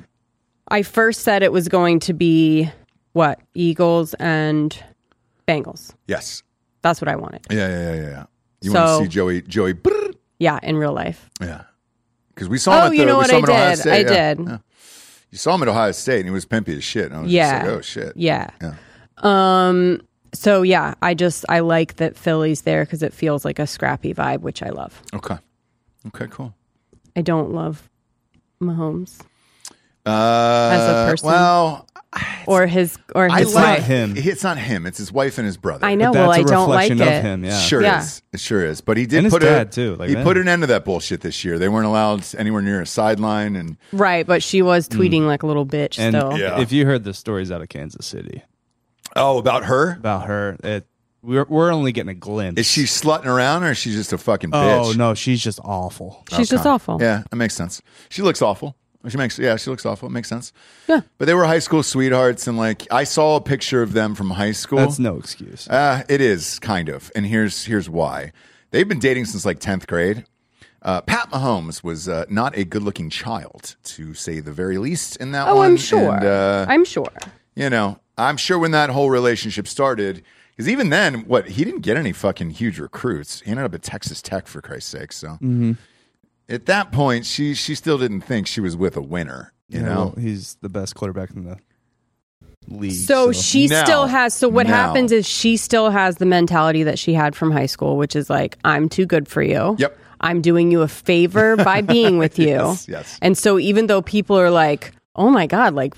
C: I first said it was going to be what Eagles and Bengals.
B: Yes.
C: That's what I wanted.
B: Yeah. Yeah. Yeah. yeah. You want
C: So-
B: to see Joey? Joey? brrr.
C: Yeah, in real life.
B: Yeah. Because we saw him.
C: Oh,
B: at the,
C: you know
B: we
C: what
B: saw
C: I
B: him at Ohio
C: did?
B: State,
C: I
B: yeah.
C: did.
B: Yeah. You saw him at Ohio State, and he was pimpy as shit. And I was
C: Yeah.
B: just like, oh shit.
C: Yeah.
B: Yeah.
C: Um. So yeah, I just I like that Philly's there because it feels like a scrappy vibe, which I love.
B: Okay. Okay. Cool.
C: I don't love Mahomes
B: Uh,
C: person?
B: well,
C: or his or
B: I
C: his
B: like
D: not him.
B: It's not him. It's his wife and his brother.
C: I
D: But
C: know.
D: that's
C: Oh, Well,
D: a
C: I don't like
D: reflection
C: it.
D: of him. Yeah.
B: Sure
C: Yeah.
B: is. It sure is. But he did
D: And his
B: put a
D: dad, too, like
B: he
D: that.
B: put an end to that bullshit this year. They weren't allowed anywhere near a sideline, and
C: Right, but she was
B: Mm.
C: tweeting like a little bitch.
D: And
C: still,
B: Yeah.
D: if you heard the stories out of Kansas City
B: oh, about her.
D: about her, it, we're we're only getting a glimpse.
B: Is she slutting around or is she just a fucking bitch?
D: Oh no, she's just awful.
C: she's just awful.
B: Yeah, that makes sense. She looks awful. She makes yeah, she looks awful. It makes sense.
C: Yeah.
B: But they were high school sweethearts and like I saw a picture of them from high school.
D: That's no excuse.
B: Uh, it is kind of, and here's here's why. They've been dating since like tenth grade. Uh, Pat Mahomes was uh, not a good-looking child, to say the very least, in that
C: Oh,
B: one.
C: I'm sure.
B: And, uh,
C: I'm sure.
B: you know, I'm sure when that whole relationship started, because even then, what he didn't get any fucking huge recruits. He ended up at Texas Tech for Christ's sake. So
C: Mm-hmm.
B: at that point, she she still didn't think she was with a winner. You
D: Yeah,
B: know,
D: well, he's the best quarterback in the league.
C: So she
B: Now.
C: still has. So what
B: Now.
C: happens is she still has the mentality that she had from high school, which is like, I'm too good for you.
B: Yep.
C: I'm doing you a favor by being with you.
B: Yes, yes.
C: And so even though people are like, oh my god, like.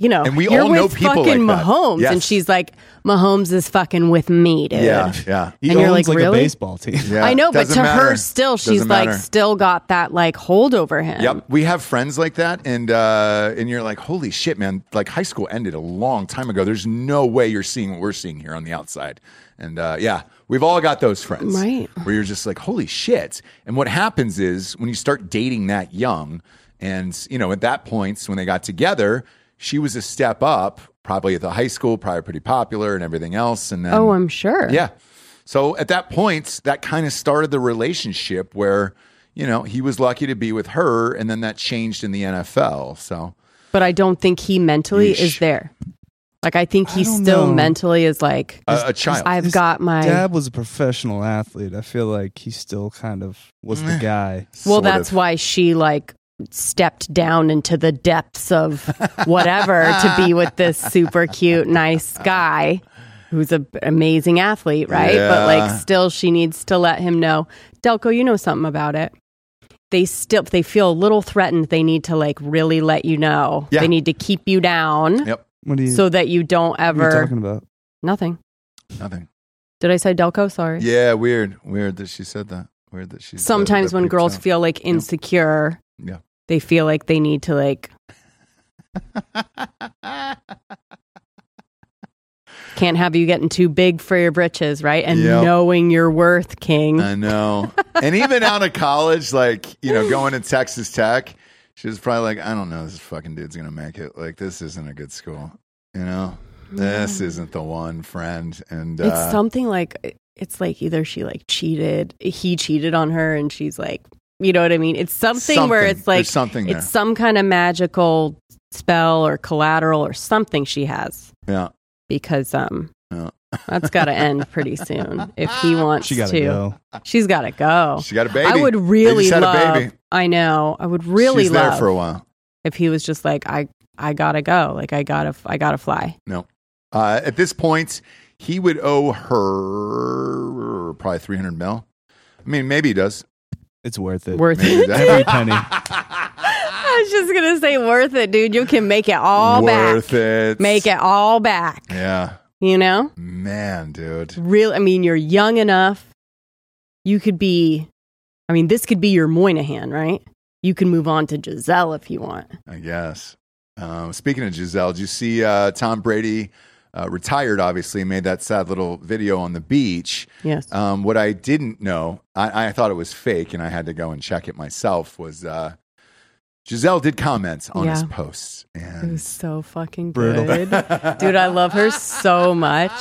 C: You know,
B: And we
C: you're
B: all
C: with
B: know people
C: fucking
B: like that.
C: Mahomes,
B: Yes.
C: and she's like, Mahomes is fucking with me, dude.
B: yeah, yeah,
D: he
C: And
D: owns
C: you're
D: like,
C: like, really?
D: a baseball team.
B: yeah.
C: I know, but
B: Doesn't
C: to
B: matter.
C: her, still,
B: Doesn't
C: she's like,
B: matter.
C: still got that like hold over him.
B: Yep, we have friends like that, and uh, and you're like, holy shit, man! Like high school ended a long time ago. There's no way you're seeing what we're seeing here on the outside, and uh, yeah, we've all got those friends,
C: Right.
B: Where you're just like, holy shit! And what happens is when you start dating that young, and you know at that point when they got together, she was a step up, probably at the high school, probably pretty popular and everything else, and then
C: Oh, I'm sure.
B: yeah. So at that point, that kind of started the relationship where, you know, he was lucky to be with her and then that changed in the NFL. So
C: But I don't think he mentally
B: Yeesh.
C: is there. Like, I think he
D: I don't
C: still
D: know.
C: mentally is like,
B: a, a child.
C: I've
D: His
C: got my.
D: Dad was a professional athlete. I feel like he still kind of was the guy.
C: well,
B: sort
C: that's
B: of.
C: why she like stepped down into the depths of whatever to be with this super cute, nice guy who's an amazing athlete, right? But
B: Yeah.
C: like, still, she needs to let him know. Delco, you know something about it. They still they feel a little threatened. They need to like really let you know.
B: Yeah.
C: They need to keep you down
B: Yep.
D: What are you,
C: so that you don't
D: what are you
C: ever
D: talking about?
C: nothing.
B: Nothing.
C: Did I say Delco? Sorry.
B: Yeah. Weird. Weird that she said that. Weird that she said
C: Sometimes
B: that
C: when
B: peeps
C: girls
B: out.
C: feel like insecure,
B: Yeah.
C: they feel like they need to like can't have you getting too big for your britches, right? And
B: Yep.
C: knowing your worth, King.
B: I know. and even out of college, like, you know, going to Texas Tech, she was probably like, I don't know, this fucking dude's going to make it. Like, this isn't a good school. You know, this isn't the one, friend. And
C: it's
B: uh,
C: something like it's like either she like cheated, he cheated on her, and she's like, you know what I mean? It's something, where
B: Something.
C: it's like
B: There's something there.
C: It's some kind of magical spell or collateral or something she has
B: yeah.
C: because um.
B: Yeah.
C: That's got to end pretty soon if he wants
D: She got
C: to.
D: to go.
C: She's got to go.
B: She got a baby.
C: I would
B: They
C: really
B: just had
C: love.
B: a baby.
C: I know. I would really
B: She's
C: love
B: there for a while.
C: if he was just like, I, I gotta go. Like I gotta, I gotta fly.
B: No. Uh, at this point, he would owe her probably 300 mil. I mean, maybe he does.
D: It's worth it.
C: Worth
B: Maybe he
C: it.
B: does.
D: Every penny.
C: I was just gonna say worth it, dude. You can make it all
B: Worth
C: back.
B: it.
C: Make it all back.
B: Yeah.
C: You know,
B: Man, dude.
C: real. I mean, you're young enough. You could be. I mean, this could be your Moynihan, right? You can move on to Giselle if you want.
B: I guess. Um, speaking of Giselle, did you see uh, Tom Brady uh, retired, obviously, and made that sad little video on the beach.
C: Yes.
B: Um, what I didn't know, I, I thought it was fake, and I had to go and check it myself. Was uh, Giselle did comments on his
C: Yeah.
B: posts,
C: It
B: and
C: was so fucking
D: Brutal.
C: good. Dude, I love her so much.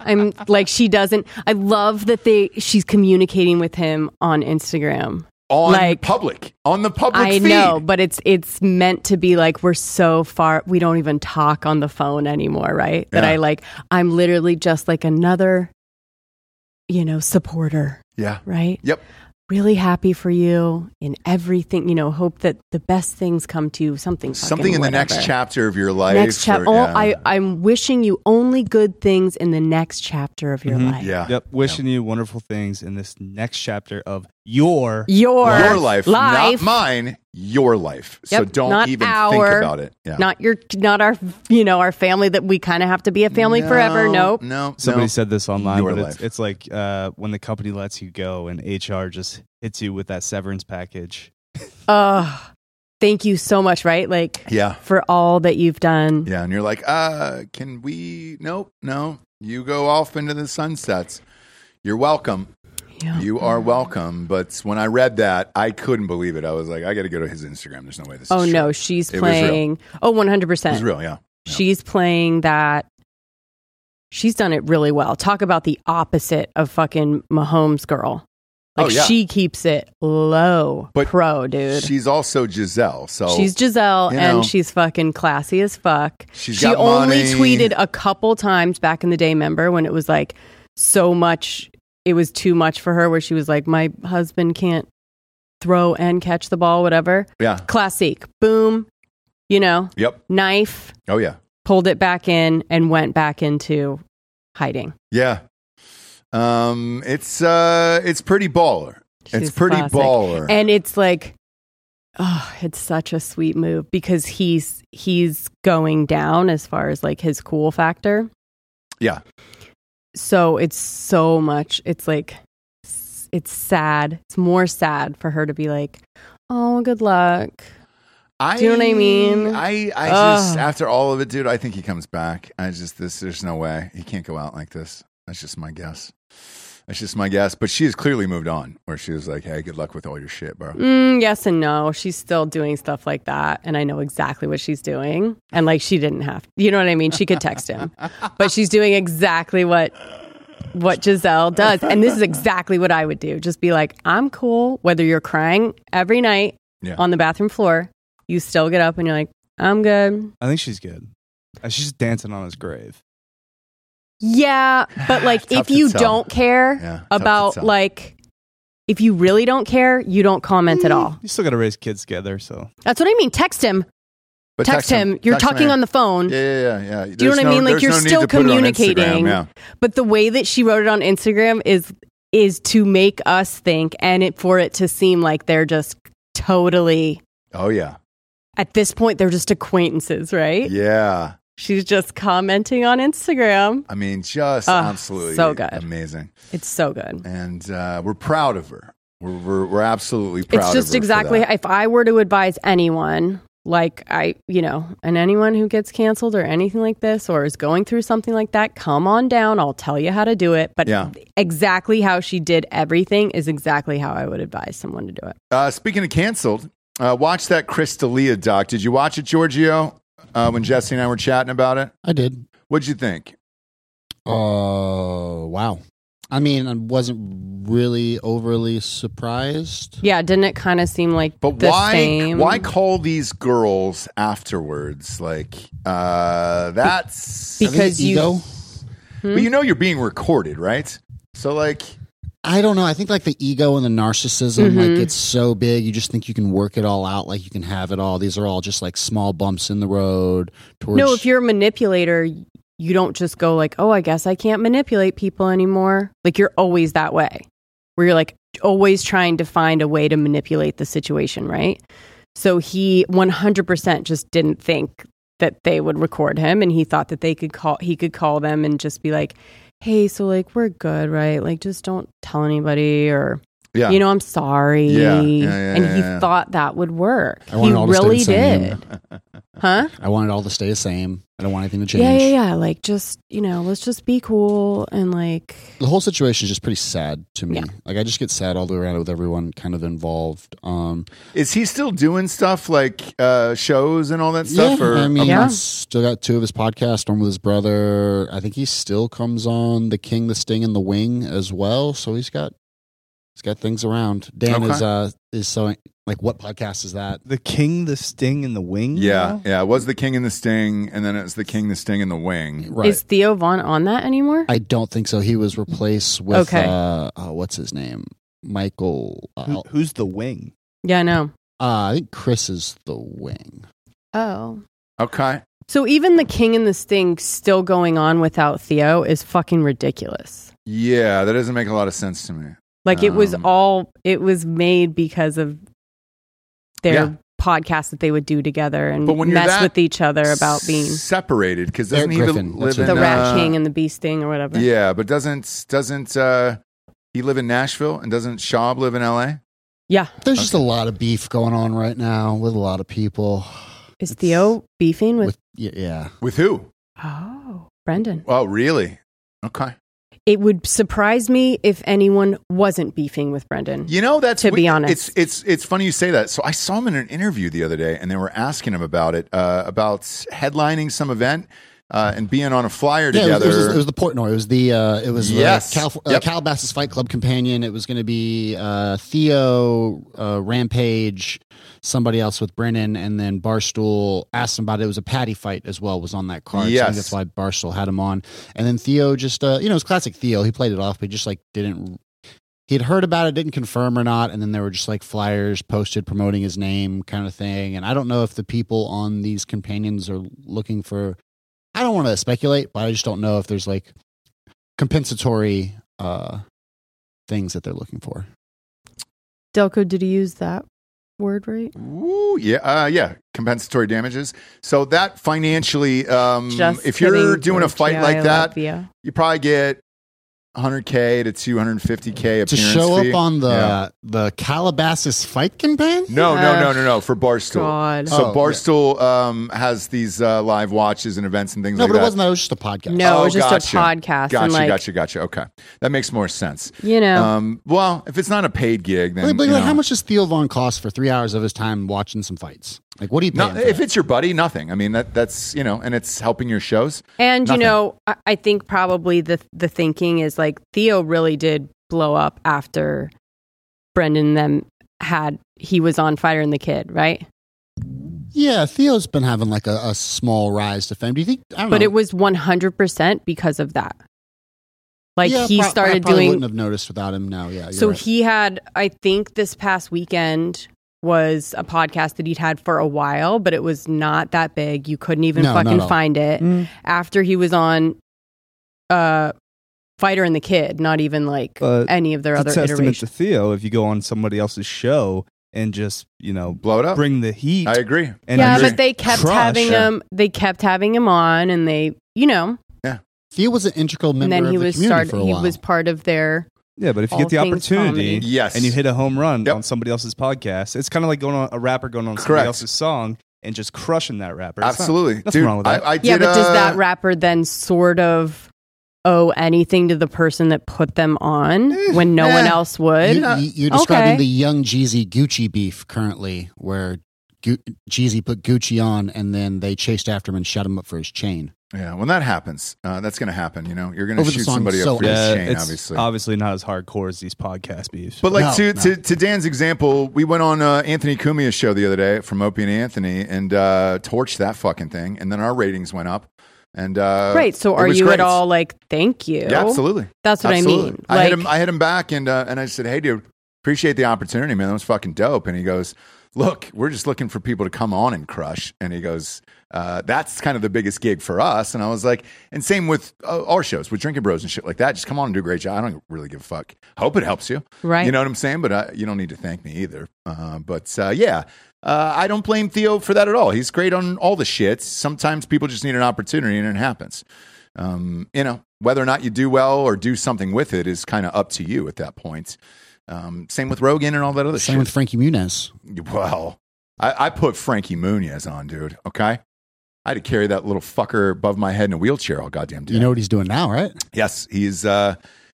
C: I'm like she doesn't I love that they she's communicating with him on Instagram.
B: on
C: like-
B: public, on the public.
C: I
B: feed.
C: know, but it's it's meant to be like we're so far we don't even talk on the phone anymore, right? That
B: Yeah.
C: I like I'm literally just like another you know, supporter,
B: Yeah.
C: right?
B: Yep.
C: Really happy for you in everything, you know, hope that the best things come to you, something fucking
B: Something in the next
C: whatever.
B: chapter of your life.
C: next chapter.
B: or-
C: Oh,
B: yeah.
C: I, I'm wishing you only good things in the next chapter of your
D: Mhm.
C: life.
B: Mm-hmm, yeah.
D: Yep. Wishing you wonderful things in this next chapter of your
C: Your,
B: your life,
C: life,
B: not mine. Your life. so
C: Yep,
B: don't
C: not
B: even think
C: our-
B: about it. Yeah.
C: not your, not our, you know, our family that we kind of have to be a family forever. Nope.
B: No.
D: Somebody
B: no.
D: said this online,
B: Your
D: but it's,
B: life.
D: it's like uh, when the company lets you go and HR just hits you with that severance package.
C: Oh, thank you so much. Right, like
B: Yeah.
C: for all that you've done.
B: Yeah. And you're like, uh, can we? Nope. No. You go off into the sunsets. You're welcome.
C: Yeah.
B: You are welcome. But when I read that, I couldn't believe it. I was like, I got to go to his Instagram. There's no way this is
C: Oh
B: true.
C: no, she's
B: It was real.
C: playing. Oh, 100
B: It was
C: percent.
B: real. Yeah. Yeah.
C: She's playing that. She's done it really well. Talk about the opposite of fucking Mahomes girl. Like
B: Oh, yeah.
C: she keeps it low,
B: But
C: pro dude.
B: She's also Giselle. So
C: she's Giselle
B: you know.
C: and she's fucking classy as fuck.
B: She's
C: she
B: got
C: only
B: money.
C: tweeted a couple times back in the day. Remember when it was like so much? It was too much for her. Where she was like, "My husband can't throw and catch the ball, whatever."
B: yeah.
C: Classic. Boom. You know,
B: Yep.
C: knife
B: Oh yeah.
C: pulled it back in and went back into hiding.
B: Yeah. Um, it's uh, it's pretty baller.
C: She's
B: it's pretty
C: classic.
B: baller.
C: And it's like, oh, it's such a sweet move because he's he's going down as far as like his cool factor.
B: yeah.
C: So it's so much. It's like s- it's sad. It's more sad for her to be like, oh, good luck.
B: I,
C: Do you know what I mean?
B: I, I
C: Ugh.
B: just after all of it, dude, I think he comes back. I just this there's no way. He can't go out like this. That's just my guess. That's just my guess. But she has clearly moved on where she was like, Hey, good luck with all your shit, bro.
C: Mm, yes and no. She's still doing stuff like that, and I know exactly what she's doing. And like, she didn't have, you know what I mean? She could text him, but she's doing exactly what what Giselle does, and this is exactly what I would do. Just be like, I'm cool. Whether you're crying every night
B: Yeah.
C: on the bathroom floor, you still get up and you're like, I'm good.
D: I think she's good. Uh, She's just dancing on his grave.
C: Yeah, but like,
B: Tough
C: if
B: to
C: you
B: tell.
C: don't care
B: Yeah, tough to
C: about
B: tell.
C: like. If you really don't care, you don't comment at all.
D: Mm. You still got to raise kids together, so
C: That's what I mean. Text him.
B: But
C: text, him. You're
B: Text
C: talking
B: him.
C: on the phone.
B: Yeah, yeah, yeah. yeah.
C: Do you know
B: There's
C: what I mean? Like
B: there's
C: you're
B: no need
C: still
B: to put it on Instagram,
C: communicating.
B: Yeah.
C: But the way that she wrote it on Instagram is is to make us think and it for it to seem like they're just totally
B: Oh yeah.
C: at this point they're just acquaintances, right?
B: Yeah.
C: She's just commenting on Instagram.
B: I mean, just
C: Ugh,
B: absolutely
C: so good.
B: amazing.
C: It's so good.
B: And uh, we're proud of her. We're we're, we're absolutely proud
C: it's
B: of her.
C: just
B: for
C: exactly
B: that.
C: if I were to advise anyone like I, you know, and anyone who gets canceled or anything like this or is going through something like that, come on down. I'll tell you how to do it. But
B: Yeah.
C: exactly how she did everything is exactly how I would advise someone to do it.
B: Uh, speaking of canceled, uh, watch that Chris D'Elia doc. Did you watch it, Giorgio? Uh, when Jesse and I were chatting about it,
E: I did.
B: what'd you think?
E: Oh, Uh, wow. I mean, I wasn't really overly surprised.
C: Yeah, didn't it kind of seem like
B: But
C: the
B: why
C: same?
B: why call these girls afterwards? Like uh, that's
E: I think
C: Because you-
E: ego.
B: but you know you're being recorded, right? So like,
E: I don't know. I think like the ego and the narcissism, like
C: Mm-hmm.
E: it's so big. You just think you can work it all out. Like you can have it all. These are all just like small bumps in the road. Towards
C: No, if you're a manipulator, you don't just go like, "Oh, I guess I can't manipulate people anymore." Like you're always that way. Where you're like always trying to find a way to manipulate the situation, right? So he 100% just didn't think that they would record him and he thought that they could call he could call them and just be like, "Hey, so like we're good, right? Like just don't tell anybody or
B: Yeah.
C: You know, I'm sorry.
B: Yeah, yeah, yeah,
C: and
B: yeah,
C: he
B: yeah.
C: thought that would work.
E: I want
C: he
E: it all to stay
C: really
E: the same.
C: did. Huh?
E: I want it all to stay the same. I don't want anything to change.
C: Yeah, yeah, yeah. Like just, you know, let's just be cool and like
E: The whole situation is just pretty sad to me.
C: Yeah.
E: Like I just get sad all the way around with everyone kind of involved. Um,
B: Is he still doing stuff like uh, shows and all that stuff?
E: yeah,
B: or
E: I mean,
B: okay.
C: Yeah.
E: he's still got two of his podcasts. One with his brother. I think he still comes on the King, the Sting, and the Wing as well. So he's got he's got things around. Dan
B: Okay.
E: is uh is so like what podcast is that?
D: Uh, The King, the Sting, and the Wing.
B: yeah,
D: now?
B: yeah. It was the King and the Sting, and then it's the King, the Sting, and the Wing.
E: Right.
C: is Theo Vaughn on that anymore?
E: I don't think so. He was replaced with
C: Okay.
E: uh, uh what's his name? Michael. Uh,
D: Who, who's the Wing?
C: yeah, I know.
E: uh, I think Chris is the Wing.
C: Oh.
B: Okay.
C: So even the King and the Sting still going on without Theo is fucking ridiculous.
B: Yeah, that doesn't make a lot of sense to me.
C: Like it was
B: Um,
C: all it was made because of their
B: Yeah.
C: podcast that they would do together and
B: But when you're
C: mess
B: that
C: with each other about being
B: separated because doesn't
E: Eric
B: he
E: Griffin,
B: live
E: that's
B: in
E: what
C: the Rat
B: uh,
C: King and the Bee Sting or whatever.
B: yeah, but doesn't doesn't uh, he live in Nashville and doesn't Schaub live in L.A.?
C: Yeah.
E: There's just a lot of beef going on right now with a lot of people.
C: Is Theo beefing with,
E: With yeah, yeah.
B: With who?
C: Oh, Brendan?
B: Oh, really? Okay.
C: It would surprise me if anyone wasn't beefing with Brendan.
B: You know that's
C: To be
B: we-
C: honest.
B: it's it's it's funny you say that. So I saw him in an interview the other day, and they were asking him about it, uh, about headlining some event uh, and being on a flyer
E: Yeah, it was,
B: together.
E: it, was, it was the Portnoy. It was the uh, it was
B: Yes.
E: the Calif- uh,
B: Yep.
E: Calabasas Fight Club companion. It was going to be uh, Theo, uh, Rampage, somebody else with Brennan, and then Barstool asked him about it. It was a Patty fight as well. Was on that card. So I
B: Yes.
E: think that's why Barstool had him on. And then Theo just uh, you know it was classic Theo. He played it off, but he just like didn't. He'd heard about it, didn't confirm or not, and then there were just like flyers posted promoting his name, kind of thing. And I don't know if the people on these companions are looking for I don't want to speculate, but I just don't know if there's like compensatory uh things that they're looking for.
C: Delco, did he use that word right?
B: Ooh, yeah, uh, yeah, compensatory damages. So that financially, um,
C: Just
B: if you're
C: kidding,
B: doing a
C: George.
B: fight
C: Yeah, I E.
B: like
C: love
B: that,
C: you.
B: you probably get 100k to 250k appearance
E: To show
B: fee.
E: up on the
B: Yeah.
E: the Calabasas fight campaign?
B: no, no,
C: Uh,
B: no, no, no, for Barstool.
C: God.
B: So
E: Oh,
B: Barstool um, has these uh, live watches and events and things
E: No,
B: like
E: but it
B: that.
E: wasn't that. It was just a podcast.
C: No,
B: Oh,
C: it was just
B: gotcha.
C: a podcast.
B: Gotcha,
C: and like,
B: gotcha, gotcha. Okay, that makes more sense.
C: You know,
B: Um, well, if it's not a paid gig, then
E: Wait, but
B: you
E: like,
B: know.
E: how much does Theo Vaughn cost for three hours of his time watching some fights? Like, what do you pay?
B: No,
E: him for
B: if
E: that?
B: it's your buddy, nothing. I mean, that that's you know, and it's helping your shows.
C: and
B: nothing.
C: you know, I, I think probably the the thinking is like Theo really did blow up after Brendan and them had he was on Fire and the Kid, right?
E: yeah, Theo's been having like a, a small rise to fame. Do you think? I don't
C: But
E: know.
C: it was one hundred percent because of that. Like
E: Yeah,
C: he
E: pro- I
C: started
E: probably
C: doing
E: Wouldn't have noticed without him. No, yeah. Uh, you're
C: So
E: right.
C: he had, I think this past weekend was a podcast that he'd had for a while, but it was not that big. You couldn't even
E: No, not at
C: fucking
E: all.
C: find it. After he was on uh Fighter and the Kid, not even like
E: Uh,
D: But
C: any of their
D: It's a
C: other
D: testament
C: iterations.
D: to Theo if you go on somebody else's show and just you know
B: Blow it up.
D: bring the heat.
B: I agree.
D: and
C: yeah,
D: just
C: but they kept
D: crush.
C: having him they kept having him on and they you know,
E: Theo was an integral member
C: and then
E: of
C: he
E: the
C: was
E: community for
C: started
E: a
C: he
E: while.
C: was part of their
D: Yeah, but if you
C: all
D: get the
C: things
D: opportunity
C: comedy.
B: Yes,
D: and you hit a home run
B: Yep.
D: on somebody else's podcast, it's kind of like going on a rapper going on somebody
B: Correct.
D: else's song and just crushing that rapper. It's not-
B: absolutely,
D: nothing
B: dude.
D: wrong with that.
B: I, I did,
C: Yeah, but does
B: uh,
C: that rapper then sort of owe anything to the person that put them on when no one
B: eh,
C: else would?
E: You, you, you're describing
C: Okay.
E: the young Jeezy Gucci beef currently, where Gu- Jeezy put Gucci on, and then they chased after him and shut him up for his chain.
B: Yeah, when that happens, uh, that's going to happen. You know, you're going to
E: Over the
B: shoot
E: song,
B: somebody
E: so
B: up for his
D: Yeah,
B: chain,
D: it's
B: obviously.
D: not as hardcore as these podcast beefs.
B: but like
E: No,
B: to,
E: no.
B: to to Dan's example, we went on uh, Anthony Cumia's show the other day from Opie and Anthony and uh, torched that fucking thing, and then our ratings went up. And uh,
C: right. So
B: it
C: are
B: was
C: you
B: great.
C: at all like, thank you?
B: Yeah, absolutely.
C: That's what
B: Absolutely.
C: I mean.
B: I hit
C: Like-
B: him. I hit him back, and uh, and I said, "Hey, dude, appreciate the opportunity, man. That was fucking dope." And he goes, "Look, we're just looking for people to come on and crush." And he goes, uh, "That's kind of the biggest gig for us." And I was like, "And same with uh, our shows with Drinking Bros and shit like that. Just come on and do a great job. I don't really give a fuck. Hope it helps you.
C: Right.
B: You know what I'm saying? But uh, you don't need to thank me either. Uh, but uh, yeah." Uh, I don't blame Theo for that at all. He's great on all the shits. Sometimes people just need an opportunity and it happens um, you know, whether or not you do well or do something with it is kind of up to you at that point. Um, same with Rogan and all that other
E: Same with
B: shit.
E: Frankie Muniz.
B: Well, I, I put Frankie Muniz on, dude. Okay. I had to carry that little fucker above my head in a wheelchair all goddamn day.
E: You know what he's doing now, right?
B: Yes, he's uh,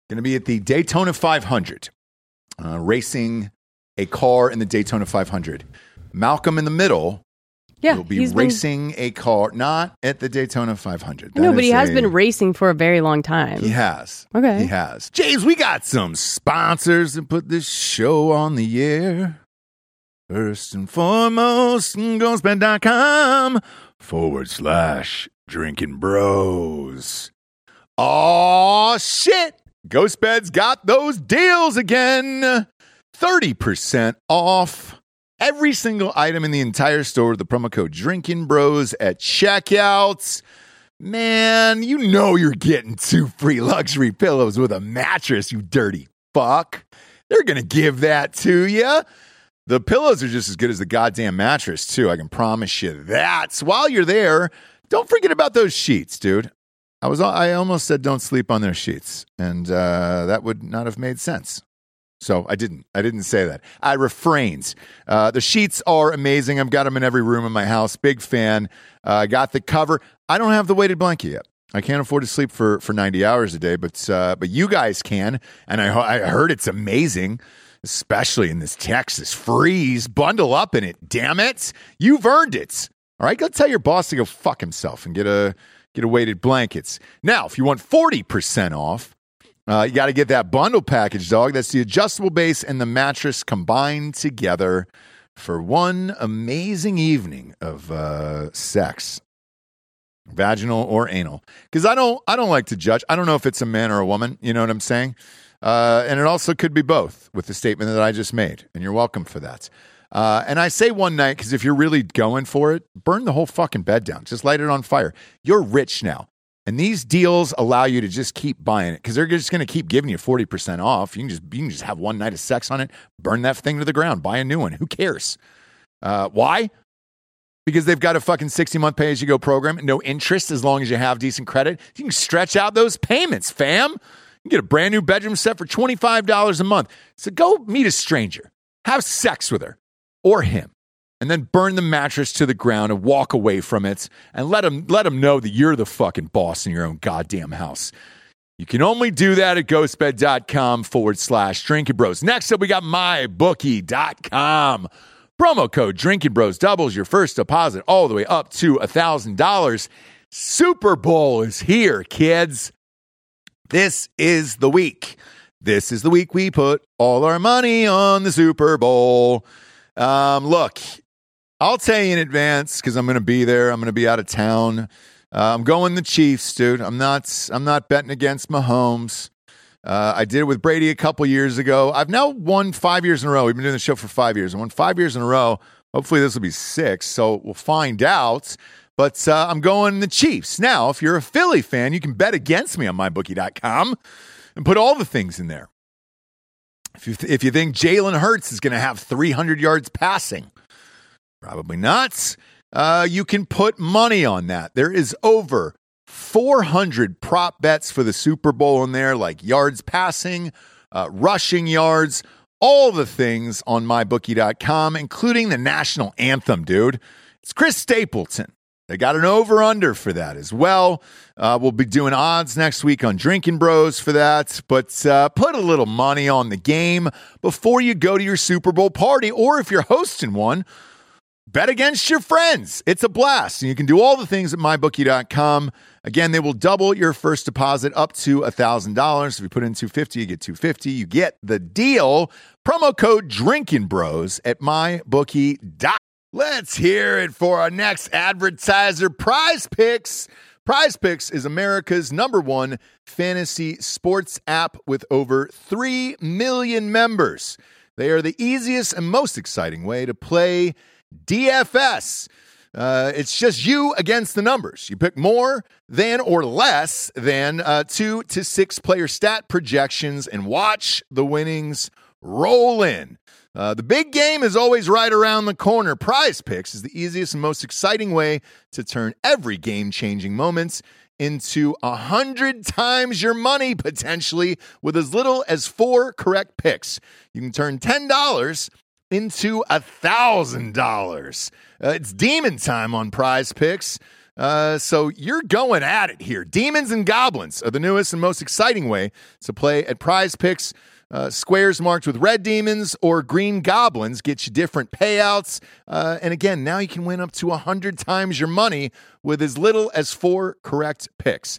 B: going to be at the Daytona 500, uh, racing a car in the Daytona 500. Malcolm in the middle
C: Yeah,
B: will be
C: he's
B: racing a car, not at the Daytona 500.
C: Been, no,
B: That
C: but
B: is
C: he has
B: a-
C: been racing for a very long time.
B: He has.
C: Okay.
B: He has. James, we got some sponsors to put this show on the air. First and foremost, ghostbed.com forward slash drinking bros. Aw, shit. Ghostbed's got those deals again. 30% off every single item in the entire store with the promo code drinking bros at checkouts. Man, you know you're getting two free luxury pillows with a mattress, you dirty fuck. They're going to give that to you. The pillows are just as good as the goddamn mattress, too. I can promise you that. So while you're there, don't forget about those sheets, dude. I was I almost said don't sleep on their sheets, and uh, that would not have made sense. So I didn't. I didn't say that. I refrained. Uh, the sheets are amazing. I've got them in every room in my house. Big fan. Uh, I got the cover. I don't have the weighted blanket yet. I can't afford to sleep for, for 90 hours a day, but uh, but you guys can. And I, I heard it's amazing, especially in this Texas freeze. Bundle up in it. Damn it. You've earned it. All right, go tell your boss to go fuck himself and get a get a weighted blankets. Now, if you want 40% off, uh, you got to get that bundle package, dog. That's the adjustable base and the mattress combined together for one amazing evening of uh, sex, vaginal or anal. Because I don't, I don't like to judge. I don't know if it's a man or a woman. You know what I'm saying? Uh, and it also could be both, with the statement that I just made. And you're welcome for that. Uh, and I say one night because if you're really going for it, burn the whole fucking bed down. Just light it on fire. You're rich now. And these deals allow you to just keep buying it because they're just going to keep giving you 40% off. You can just you can just have one night of sex on it, burn that thing to the ground, buy a new one. Who cares? Uh, why? Because they've got a fucking 60 month pay as you go program, no interest as long as you have decent credit. You can stretch out those payments, fam. You can get a brand new bedroom set for $25 a month. So go meet a stranger, have sex with her or him and then burn the mattress to the ground and walk away from it and let them let them know that you're the fucking boss in your own goddamn house. You can only do that at ghostbed.com forward slash drinking bros. Next up, we got mybookie.com. Promo code drinking bros doubles your first deposit all the way up to $1,000. Super Bowl is here, kids. This is the week. This is the week we put all our money on the Super Bowl. Um, look, I'll tell you in advance because I'm going to be there. I'm going to be out of town. Uh, I'm going the Chiefs, dude. I'm not. I'm not betting against Mahomes. Uh, I did it with Brady a couple years ago. I've now won five years in a row. We've been doing the show for five years. I won five years in a row. Hopefully, this will be six. So we'll find out. But uh, I'm going the Chiefs. Now, if you're a Philly fan, you can bet against me on mybookie.com and put all the things in there. If you, if you think Jalen Hurts is going to have 300 yards passing, probably not. Uh, you can put money on that. There is over 400 prop bets for the Super Bowl in there, like yards passing, uh, rushing yards, all the things on mybookie.com, including the national anthem, dude. It's Chris Stapleton. They got an over under for that as well. Uh, we'll be doing odds next week on Drinking Bros for that. But uh, put a little money on the game before you go to your Super Bowl party, or if you're hosting one, bet against your friends. It's a blast. And you can do all the things at mybookie.com. Again, they will double your first deposit up to $1,000. If you put in 250, you get 250. You get the deal. Promo code Drinking Bros at mybookie.com. Let's hear it for our next advertiser, Prize Picks. Prize Picks is America's number one fantasy sports app with over 3 million members. They are the easiest and most exciting way to play DFS. Uh, it's just you against the numbers. You pick more than or less than uh, two to six player stat projections and watch the winnings roll in. Uh, the big game is always right around the corner. Prize Picks is the easiest and most exciting way to turn every game changing moment into a hundred times your money potentially with as little as four correct picks. You can turn ten dollars into a thousand dollars. Uh, It's demon time on Prize Picks. Uh, so you're going at it here. Demons and Goblins are the newest and most exciting way to play at Prize Picks. Uh, squares marked with red demons or green goblins get you different payouts. Uh, and again, now you can win up to 100 times your money with as little as four correct picks.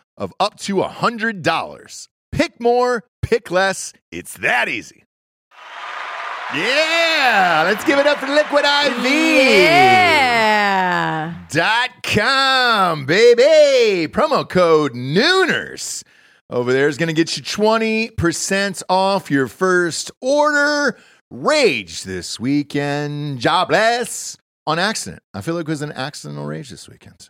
B: of up to $100. Pick more, pick less. It's that easy. Yeah, let's give it up for Liquid IV.
C: Yeah.
B: Dot com, baby. Promo code Nooners over there is going to get you 20% off your first order. Rage this weekend. Jobless on accident. I feel like it was an accidental rage this weekend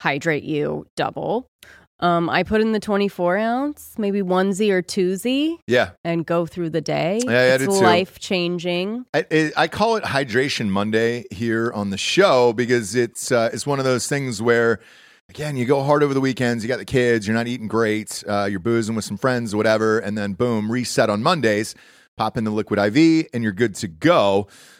C: hydrate you double. Um, I put in the 24 ounce, maybe onesie or twosie,
B: Yeah.
C: and go through the day.
B: Yeah, I
C: it's
B: did too.
C: life changing.
B: I, I- I call it Hydration Monday here on the show because it's uh, it's one of those things where, again, you go hard over the weekends. You got the kids. You're not eating great. Uh, you're boozing with some friends or whatever, and then boom, reset on Mondays. Pop in the liquid IV, and you're good to go.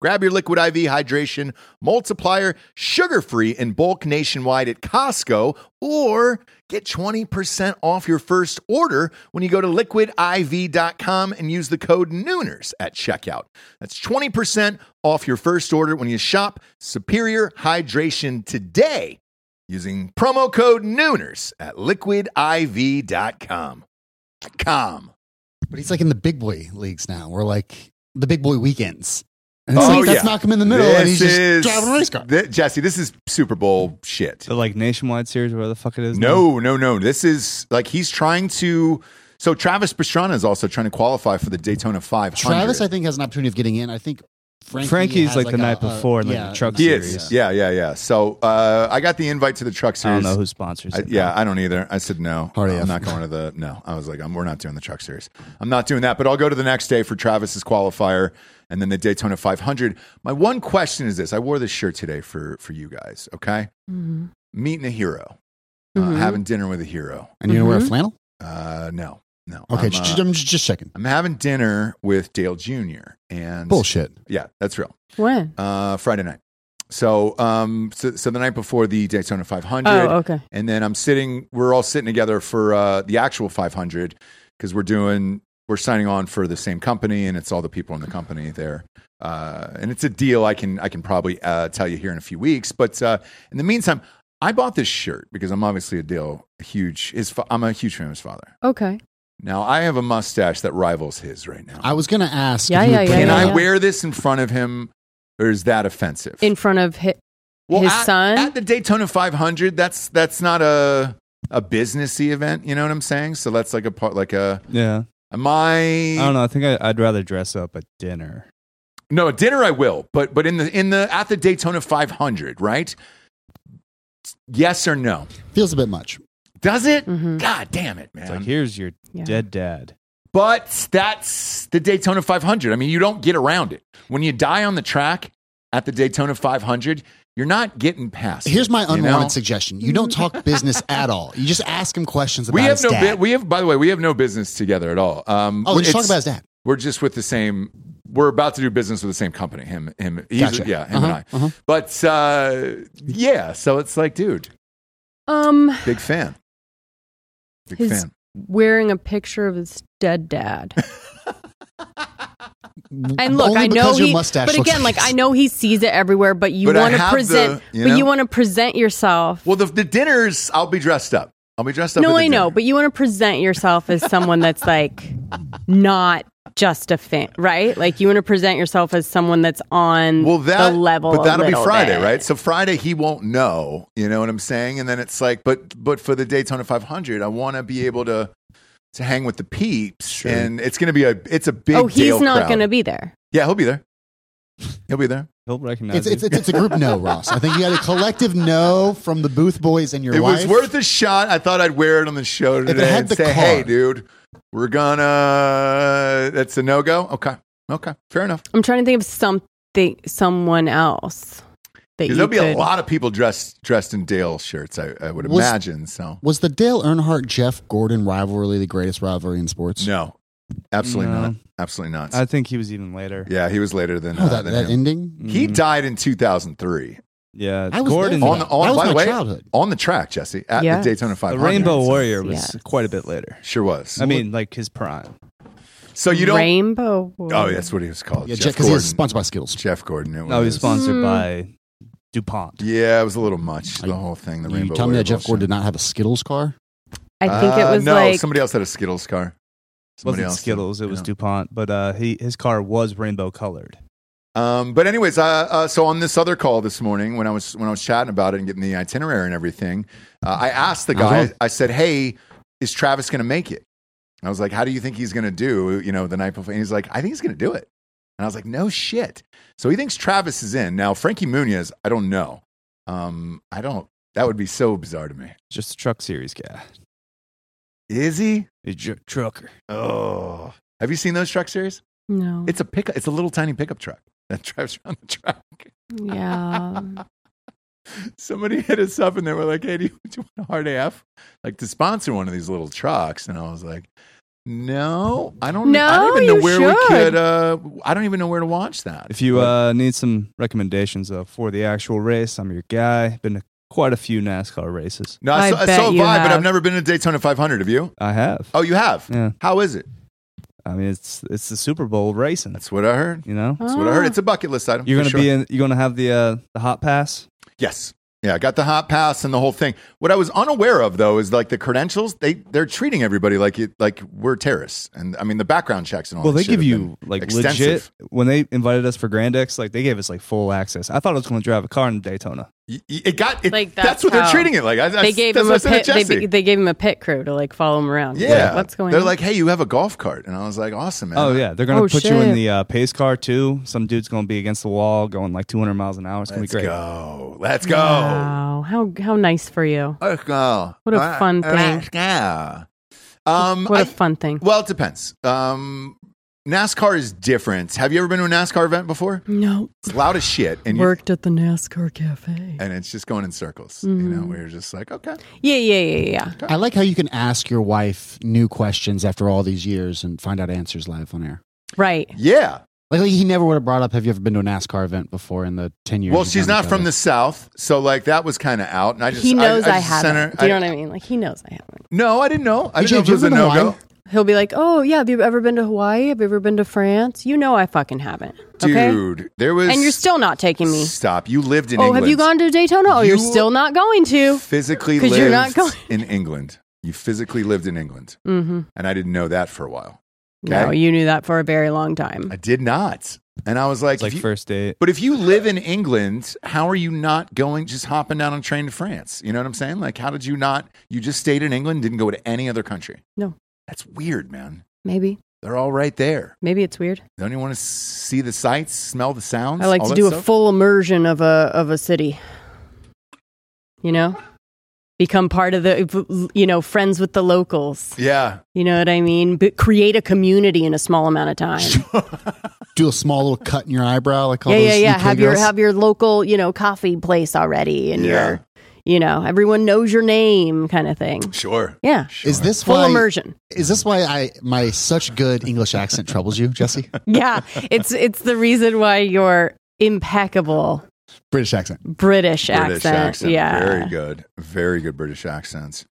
B: Grab your Liquid IV hydration multiplier, sugar free in bulk nationwide at Costco, or get 20% off your first order when you go to liquidiv.com and use the code Nooners at checkout. That's 20% off your first order when you shop Superior Hydration today using promo code Nooners at liquidiv.com. Com.
E: But he's like in the big boy leagues now. We're like the big boy weekends. And it's
B: Oh,
E: like,
B: yeah.
E: that's Malcolm in the middle, and he's
B: This
E: just
B: is-
E: driving a race car.
B: Th- Jesse, this is Super Bowl shit.
D: The like nationwide series, whatever the fuck it is. now.
B: No, no, no. This is like he's trying to. So Travis Pastrana is also trying to qualify for the Daytona 500.
E: Travis, I think, has an opportunity of getting in. I think Frankie
D: Frankie's
E: has,
D: like the
E: a-
D: night
E: a-
D: before, like the truck
B: he
D: series.
B: is. Yeah, yeah, yeah. So uh, I got the invite to the Truck
D: I don't
B: Series.
D: know who sponsors
B: I-
D: it.
B: yeah, I don't either. I said no.
E: Hard
B: I'm
E: F.
B: not going to the no. I was like, I'm, we're not doing the Truck Series. I'm not doing that. But I'll go to the next day for Travis's qualifier and then the Daytona 500. My one question is this: I wore this shirt today for for you guys. Okay, Uh, meeting a hero, uh,
E: Mm-hmm.
C: Mhm.
B: having dinner with a hero.
E: And you're gonna wear a
C: Mhm.
E: flannel?
B: Uh, no, no. Mm-hmm.
E: Okay,
B: I'm,
E: j-
B: uh,
E: j- I'm just, just checking.
B: I'm having dinner with Dale Jr. and
E: Bullshit.
B: Yeah, that's real.
C: Mm-hmm. When?
B: Uh, Friday night. So, um, so, so the night before the Daytona 500,
C: Oh, okay.
B: and then I'm sitting. We're all sitting together for uh, the actual 500 because we're doing we're signing on for the same company, and it's all the people in the company there. Uh, and it's a deal I can I can probably uh, tell you here in a few weeks. But uh, in the meantime, I bought this shirt because I'm obviously a deal a huge. His fa- I'm a huge fan of his father.
C: Okay.
B: Now I have a mustache that rivals his right now.
E: I was gonna ask. if
C: Yeah,
E: you would
C: yeah,
E: put
C: yeah,
E: it
B: Can
C: yeah,
E: up.
B: I
C: yeah.
B: wear this in front of him, or is that offensive?
C: In front of his,
B: Well,
C: his
B: at,
C: son.
B: at the Daytona 500. That's that's not a a businessy event. You know what I'm saying? So that's like a part, like a
D: Yeah.
B: my
D: I don't know. I think I, I'd rather dress up at dinner.
B: no at dinner. I will, but but in the in the at the Daytona 500, right? Yes or no?
E: Feels a bit much.
B: Does it?
C: Mhm.
B: God damn it, man!
D: It's like, here's your
C: Yeah.
D: dead dad.
B: But that's the Daytona 500. I mean, you don't get around it. When you die on the track at the Daytona 500, you're not getting past.
E: Here's
B: it,
E: my
B: you know?
E: unwanted suggestion: you don't talk business at all. You just ask him questions about
B: We have
E: his
B: no. Bi-
E: dad.
B: we have. By the way, we have no business together at all. Um,
E: oh, just talk
B: it's-
E: about his dad.
B: We're just with the same. We're about to do business with the same company. Him. Him. He's,
E: Gotcha.
B: Yeah. Him
E: Uh-huh,
B: and I. But uh, yeah. So it's like, dude,
C: um,
B: big fan. Big
C: His-
B: fan.
C: wearing a picture of his dead dad. And look,
E: Only
C: I know
E: because your
C: he,
E: mustache
C: but
E: looks
C: again, like
E: his-
C: I know he sees it everywhere. But you
B: But I
C: want to
B: have
C: present,
B: the- you
C: but
B: know?
C: you want to present yourself.
B: Well, the, the dinners. I'll be dressed up. I'll be dressed up. at
C: no,
B: the
C: I know,
B: dinner.
C: but you want to present yourself as someone that's like not just a fan, right? Like you want to present yourself as someone that's on
B: well that
C: the level.
B: but
C: a
B: that'll be
C: little
B: friday
C: bit.
B: right so friday he won't know you know what i'm saying and then it's like but but for the daytona 500 i want to be able to to hang with the peeps and it's gonna be a it's a big
C: oh, he's
B: Dale
C: not
B: crowd.
C: going to be there.
B: yeah he'll be there he'll be there
D: He'll recognize
E: It's, it's,
D: you.
E: it's, it's a group no, Ross. I think you had a collective no from the booth boys and your
B: it
E: wife.
B: was worth a shot i thought i'd wear it on the show
E: it
B: today
E: had
B: and
E: the
B: say
E: car.
B: hey dude we're gonna that's a no-go okay okay fair enough
C: I'm trying to think of something, someone else that you
B: because there'll be a
C: could-
B: lot of people dressed dressed in dale shirts i, I would
E: Was-
B: imagine so
E: Was the Dale Earnhardt Jeff Gordon rivalry the greatest rivalry in sports?
B: no absolutely
D: No.
B: not absolutely not
D: I think he was even later.
B: Yeah, he was later than,
E: Oh,
B: uh,
E: that,
B: than
E: that
B: him.
E: ending.
B: He
D: Mhm.
B: died in 2003
D: Yeah.
E: I was
D: Gordon.
E: there.
B: on the on,
E: That was
B: by
E: my
B: the way
E: childhood.
B: on the track, Jesse at
C: Yeah.
B: the Daytona
D: Mm. The
B: 500.
D: Rainbow Warrior was
C: Yes.
D: quite a bit later.
B: sure was.
D: I mean, like his prime.
B: so you don't.
C: rainbow.
B: oh, that's what he was called.
E: Yeah,
B: Jeff
E: because he was
B: Gordon.
E: sponsored by Skittles.
B: Jeff Gordon. It was.
D: No, Oh, he was sponsored
C: Hmm.
D: by DuPont.
B: Yeah, it was a little much. The
E: Are you-
B: whole thing. The
E: you
B: Rainbow
E: tell me
B: Warrior
E: that Jeff
B: bullshit.
E: Gordon did not have a Skittles car?
C: I think it
B: Uh,
C: was
B: no.
C: like
B: somebody else had a Skittles car.
D: It
B: Somebody
D: wasn't
B: else did.
D: Skittles. It was
B: Yeah.
D: DuPont. But uh, he his car was rainbow colored.
B: Um, but anyways, uh, uh, so on this other call this morning, when I was when I was chatting about it and getting the itinerary and everything, uh, I asked the guy.
E: Uh-huh.
B: I said, "Hey, is Travis going to make it?" And I was like, "How do you think he's going to do?" You know, the night before, and he's like, "I think he's going to do it." And I was like, "No shit." So he thinks Travis is in now. Frankie Muniz, I don't know. Um, I don't. That would be so bizarre to me.
D: Just a truck series guy.
B: Is he?
D: A dr- trucker.
B: Oh, have you seen those truck series?
C: no.
B: It's a pickup. It's a little tiny pickup truck that drives around the track.
C: yeah.
B: somebody hit us up and they were like, "Hey, do you, do you want a hard AF? Like to sponsor one of these little trucks?" And I was like, "No, I don't. I
C: No,
B: don't even know
C: you
B: where we
C: should.
B: could. Uh, I don't even know where to watch that."
D: If you uh, need some recommendations though for the actual race, I'm your guy. Been to quite a few NASCAR races.
B: no, I,
C: I
B: saw, I
C: bet
B: saw a vibe,
C: you
B: but I've
C: have.
B: never been to Daytona 500. Have you?
D: I have.
B: Oh, you have.
D: Yeah.
B: How is it?
D: I mean, it's it's the Super Bowl racing.
B: That's what I heard.
D: You know,
B: That's what
C: Oh.
B: I heard. It's a bucket list item.
D: you're
B: for
D: gonna
B: sure.
D: be in, you're gonna have the uh, the hot pass.
B: Yes. Yeah, I got the hot pass and the whole thing. What I was unaware of though is like the credentials, they they're treating everybody like it like we're terrorists. And I mean the background checks and all
D: Well,
B: that
D: they
B: shit
D: give
B: have
D: you
B: Oh, been
D: like
B: extensive.
D: legit when they invited us for Grand X. Like they gave us like full access. I thought I was gonna drive a car in Daytona.
B: Y- y- It got it,
C: Like,
B: that's,
C: that's
B: what they're
C: how-
B: treating it like. I, I,
C: they gave
B: that's
C: him
B: what I
C: a
B: said
C: pit.
B: to
C: They,
B: Jesse.
C: they gave him a pit crew to like follow him around.
B: yeah,
C: Like, what's going
B: They're
C: on?
B: like, hey, you have a golf cart, and I was like, awesome, man.
D: Oh yeah, they're gonna
C: Oh,
D: put you in
C: shit.
D: the uh, pace car too. Some dude's gonna be against the wall, going like 200 miles an hour. It's gonna
B: let's
D: be great.
B: go, let's go,
C: Wow, how how nice for you.
B: let's go.
C: What a
B: All right,
C: fun thing.
B: Let's go. Um,
C: what a
B: I-
C: fun thing.
B: well, it depends. Um, NASCAR is different. Have you ever been to a NASCAR event before?
C: No,
B: It's loud as shit, and you,
C: worked at the NASCAR cafe.
B: and it's just going in circles. You
C: Mm-hmm.
B: know, we were just like, okay,
C: Yeah, yeah, yeah, yeah.
E: I like how you can ask your wife new questions after all these years and find out answers live on air.
C: Right.
B: yeah.
E: Like, like, he never would have brought up. Have you ever been to a NASCAR event before in the ten years?
B: Well,
E: we've
B: she's
E: known
B: not
E: each
B: from
E: other?
B: the South, so like that was kind of out. And I just
C: he knows
B: I,
C: I,
B: just
C: haven't.
B: sent her-
C: Do you know what I mean? Like he knows I haven't.
B: No, I didn't know. I
E: Hey,
B: didn't
E: Jay,
B: know if it
E: do you
B: was a
E: ever been
B: no
E: to
B: go.
E: Hawaii?
C: He'll be like, "Oh yeah, have you ever been to Hawaii? Have you ever been to France? You know I fucking haven't." Okay,
B: Dude, there was.
C: and you're still not taking me.
B: Stop. You lived in
C: Oh,
B: England.
C: have you gone to Daytona? Oh, you're
B: You-
C: still not going to.
B: Physically
C: 'Cause
B: lived
C: you're not going-
B: in England. You physically lived in England.
C: Mm-hmm.
B: And I didn't know that for a while.
C: No,
B: Okay.
C: you knew that for a very long time.
B: I did not. And I was like,
D: It's like
B: if you-
D: first date.
B: but if you live in England, how are you not going, just hopping down on a train to France? You know what I'm saying? Like, how did you not, you just stayed in England, didn't go to any other country?
C: No.
B: That's weird, man.
C: Maybe,
B: They're all right there.
C: maybe it's weird.
B: Don't you want to see the sights, smell the sounds?
C: I like
B: all
C: to
B: that
C: do a
B: stuff?
C: full immersion of a of a city. You know, become part of the you know friends with the locals.
B: Yeah.
C: You know what I mean? But create a community in a small amount of time.
E: Do a small little cut in your eyebrow, like all
C: yeah, yeah,
E: those
C: yeah.
E: UK
C: Have your
E: girls.
C: have your local you know coffee place already, and
B: Yeah.
C: your you know everyone knows your name kind of thing.
B: Sure.
C: Yeah,
E: Is this
C: full
E: why?
C: immersion.
E: Is this why I my such good English accent troubles you, Jesse?
C: Yeah, it's it's the reason why you're impeccable
E: British accent.
C: British,
B: British
C: accent.
B: accent.
C: Yeah.
B: Very good. Very good British accents.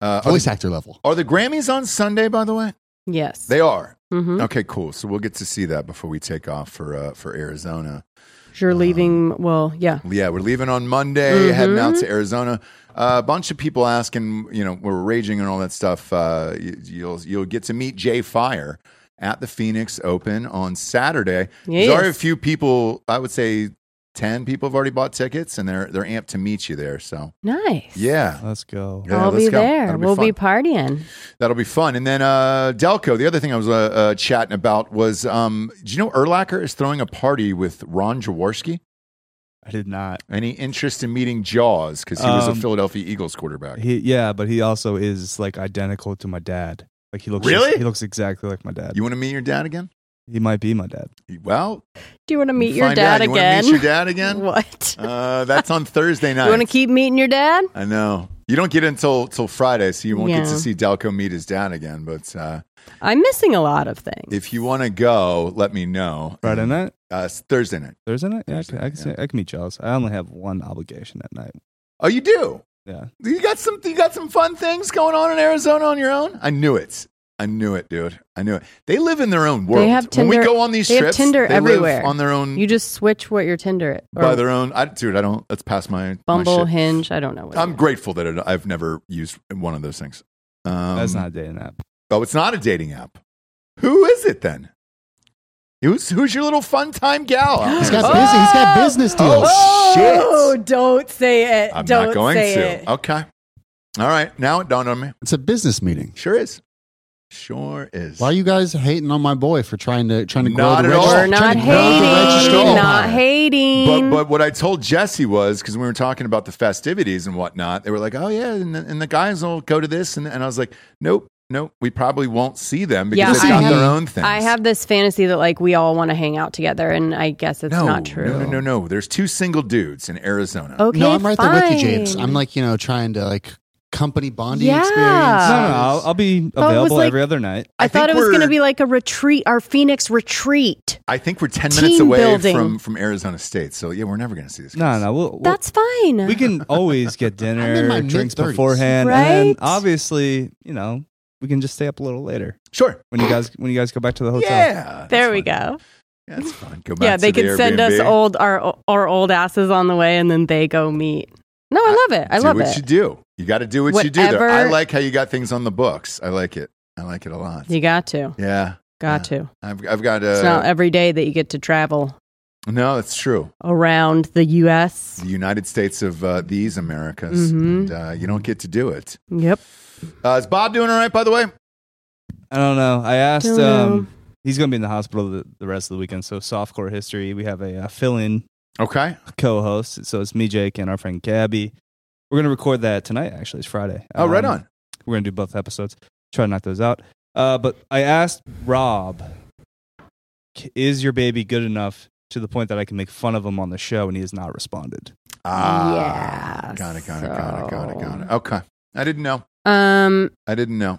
B: Uh, are,
E: Voice
B: the,
E: actor level.
B: are the Grammys on Sunday, by the way?
C: Yes.
B: They are.
C: hmm
B: Okay, cool. So we'll get to see that before we take off for uh, for Arizona.
C: You're leaving. Well, yeah.
B: Yeah, we're leaving on Monday, heading out
C: Mm-hmm.
B: to Arizona. A bunch of people asking, you know, we're raging and all that stuff. Uh, you, you'll you'll get to meet Jay Fire at the Phoenix Open on Saturday.
C: Yes.
B: There's already a few people. I would say ten people have already bought tickets, and they're they're amped to meet you there. So
C: Nice.
B: yeah,
D: Let's go.
B: Yeah,
C: I'll
B: let's
C: be
B: go.
C: there.
B: That'll be
C: we'll be
B: fun.
C: partying.
B: That'll be fun. And then uh, Delco, the other thing I was uh, uh, chatting about was, um, do you know Erlacher is throwing a party with Ron Jaworski?
D: I did not.
B: Any interest in meeting Jaws because he was a
D: Um,
B: Philadelphia Eagles quarterback?
D: He yeah, but he also is like identical to my dad. Like he looks
B: Really?
D: he looks exactly like my dad.
B: you want to meet your dad again?
D: he might be my dad.
B: Well,
C: Do you want to meet your
B: find
C: dad
B: out. You wanna
C: again?
B: meet your dad again?
C: What?
B: uh, that's on Thursday night.
C: You want to keep meeting your dad?
B: I know. You don't get it until till Friday, so you won't get
C: Yeah.
B: to see Delco meet his dad again. But uh,
C: I'm missing a lot of things.
B: if you want to go, let me know.
D: Friday night,
B: Uh, it's Thursday night.
D: Thursday night. Yeah, I can, I can,
B: Thursday,
D: see- I can meet Charles. I only have one obligation that night.
B: Oh, you do?
D: Yeah,
B: You got some you got some fun things going on in Arizona on your own? I knew it. I knew it, dude. I knew it. They live in their own world.
C: have
B: when we
C: Tinder-
B: go on these
C: they have
B: trips,
C: Tinder
B: they
C: everywhere.
B: live on their own
C: you just switch what your Tinder or
B: by their own. I, dude, I don't. That's past my my
C: Bumble,
B: shit.
C: Hinge. I don't know what.
B: I'm
C: it is.
B: grateful that it, I've never used one of those things. Um,
D: that's not a dating app.
B: Oh, it's not a dating app. Who is it then? Who's who's your little fun time gal? out
E: He's
B: there?
E: got busy. He's got business deals.
C: Oh, don't say it.
B: I'm
C: don't
B: not going
C: say
B: to.
C: it.
B: Okay. All right. Now it dawned on me.
E: It's a business meeting.
B: Sure is. Sure is.
E: Why are you guys hating on my boy for trying to trying to grow
B: Not
E: the
B: at
E: reg-
B: all.
C: We're
B: Trying
C: not
B: to grow the
C: hating.
B: registrar.
C: Not
B: But
C: hating.
B: but what I told Jesse was because we were talking about the festivities and whatnot, they were like, "Oh yeah," and the, and the guys will go to this, and, and I was like, "Nope, nope, we probably won't see them because
C: Yeah,
B: they've got
E: I-
B: their own things."
C: I have this fantasy that like we all want to hang out together, and I guess it's
B: no,
C: not true.
B: No,
C: Oh,
B: no, no, no. There's two single dudes in Arizona.
C: Okay,
E: no, I'm right
C: fine.
E: there with you, James. I'm like you know trying to like company bonding
C: Yeah.
D: No,
E: experience.
D: no, no, I'll, I'll be
C: Oh, it uh, was
D: available
C: like-
D: every other night.
C: I,
B: I
C: thought
B: think
C: it was
B: we're-
C: going to be like a retreat, our Phoenix retreat.
B: I think we're ten
C: Team
B: minutes away
C: building.
B: from from Arizona State, so yeah, we're never going to see this.
D: No, no, we'll, we'll-
C: That's fine.
D: we can always get
E: in my
D: dinner, drinks
E: mid-thirties.
D: beforehand, and then
C: Right?
D: obviously, you know, we can just stay up a little later
B: Sure.
D: when you guys when you guys go back to the hotel.
B: Yeah.
C: there
B: that's
C: we
B: fine.
C: go.
B: Yeah, That's fine. Go back
C: Yeah, they
B: to the
C: could send us
B: Airbnb.
C: old our our old asses on the way, and then they go meet. Uh, No, I love it. I
B: do
C: love
B: what
C: it.
B: you do. You got to do what you do. There.
C: Whatever-
B: I like how you got things on the books. I like it. I like it a lot.
C: You got to,
B: yeah.
C: got to.
B: I've, I've got
C: it's
B: uh,
C: not every day that you get to travel
B: no, that's true.
C: around the U.S.
B: The United States of uh, these Americas,
C: Mhm.
B: and uh, you don't get to do it.
C: Yep.
B: Uh, is Bob doing all right? By the way,
D: I don't know. I asked.
C: Don't
D: um
C: know.
D: He's going to be in the hospital the, the rest of the weekend. So softcore history. We have a, uh fill-in
B: okay.
D: co-host. So it's me, Jake, and our friend Gabby. We're going to record that tonight. Actually, it's Friday.
B: Oh, right
D: Um,
B: on.
D: We're going to do both episodes. Try to knock those out. Uh, but I asked Rob, "K- is your baby good enough to the point that I can make fun of him on the show? And he has not responded.
B: Ah,
C: Yeah,
B: got it, got it, got it, got it, got it.
C: so-
B: Okay, I didn't know.
C: Um.
B: I didn't know.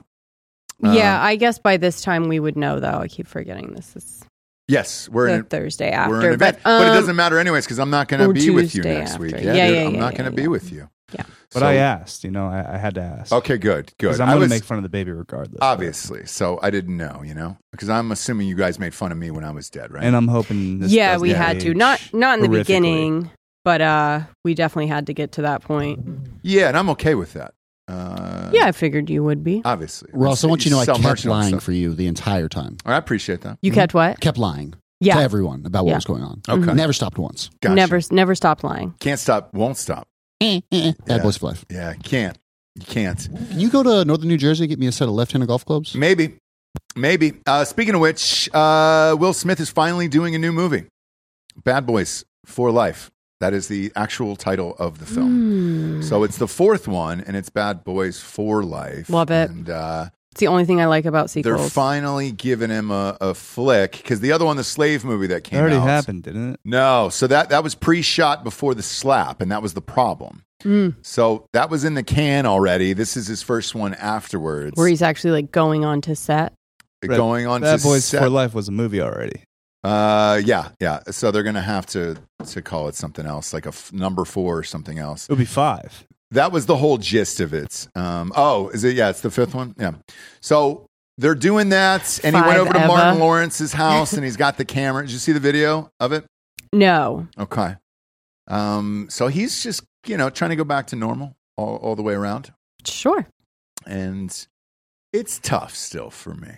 B: Uh,
C: Yeah, I guess by this time we would know. Though I keep forgetting this is
B: Yes, we're
C: the
B: in.
C: Thursday
B: A,
C: after.
B: we're in an event, but,
C: um,
B: it doesn't matter anyways because I'm not going to
C: or
B: be with you
C: Tuesday
B: next week.
C: after.
B: Yeah,
C: Yeah,
B: dude,
C: yeah,
B: I'm
C: yeah,
B: not going to
C: yeah,
B: be
C: yeah.
B: with you.
C: Yeah.
D: But
B: So-
D: I asked, you know, I, I had to ask.
B: Okay, good, good.
D: Because I'm
B: I
D: going to
B: was
D: make fun of the baby regardless.
B: obviously, so I didn't know, you know, because I'm assuming you guys made fun of me when I was dead, right?
D: And I'm hoping this
C: yeah,
D: doesn't
C: we had to.
D: age
C: Not not in the
D: horrifically.
C: beginning, but uh we definitely had to get to that point.
B: yeah, and I'm okay with that. Uh,
C: Yeah, I figured you would be.
B: obviously.
E: Well, so I want you to know I
B: sell
E: kept
B: merchandise
E: lying
B: stuff.
E: for you the entire time.
B: I appreciate that.
C: You kept what?
E: Kept lying to
C: Yeah.
E: everyone about what
C: Yeah.
E: was going on.
B: Okay.
E: Never stopped once.
B: Gotcha.
C: Never never stop lying.
B: can't stop, won't stop.
E: Eh, eh, eh. Bad
B: Yeah.
E: boys for life.
B: Yeah, can't. You can't.
E: Can you go to Northern New Jersey and get me a set of left-handed golf clubs?
B: Maybe. Maybe. Uh, speaking of which, uh, Will Smith is finally doing a new movie Bad Boys for Life. That is the actual title of the film.
C: Hmm. Mm.
B: So it's the fourth one, and it's Bad Boys for Life.
C: Love it.
B: And uh,
C: It's the only thing I like about sequels.
B: they're finally giving him a, a flick because the other one, the slave movie that
D: It
B: came
D: already
B: out.
D: happened, didn't it?
B: No, so that, that was pre shot before the slap, and that was the problem.
C: Mm,
B: So that was in the can already. This is his first one afterwards.
C: where he's actually like going on to set.
B: going on
D: Bad
B: to
D: Boys
B: set-
D: for Life was a movie already.
B: Uh, yeah, yeah. So they're gonna have to to call it something else, like a f- number four or something else.
D: It would be five.
B: That was the whole gist of it. Um, oh, is it? Yeah, it's the fifth one. Yeah. So they're doing that, and he went
C: Five
B: over to
C: Eva.
B: Martin Lawrence's house, and he's got the camera. Did you see the video of it?
C: No.
B: Okay. Um, so he's just you know trying to go back to normal all, all the way around,
C: Sure.
B: and it's tough still for me.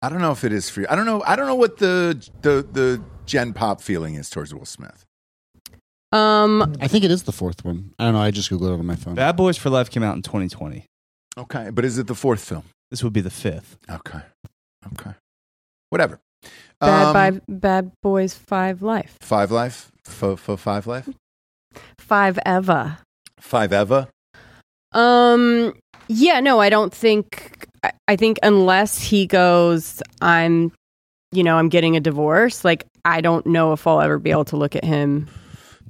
B: I don't know if it is for you. I don't know. I don't know what the the the gen pop feeling is towards Will Smith.
C: Um
E: I think it is the fourth one. I don't know. I just googled it on my phone.
D: Bad Boys for Life came out in 2020.
B: Okay, but is it the fourth film?
D: This would be the fifth.
B: Okay, okay, whatever.
C: Bad
B: Um,
C: by Bad Boys Five Life.
B: Five Life, Fo Fo Five Life,
C: Five Eva.
B: Five Eva.
C: Um. Yeah. No, I don't think. I, I think unless he goes, I'm, you know, I'm getting a divorce. Like I don't know if I'll ever be able to look at him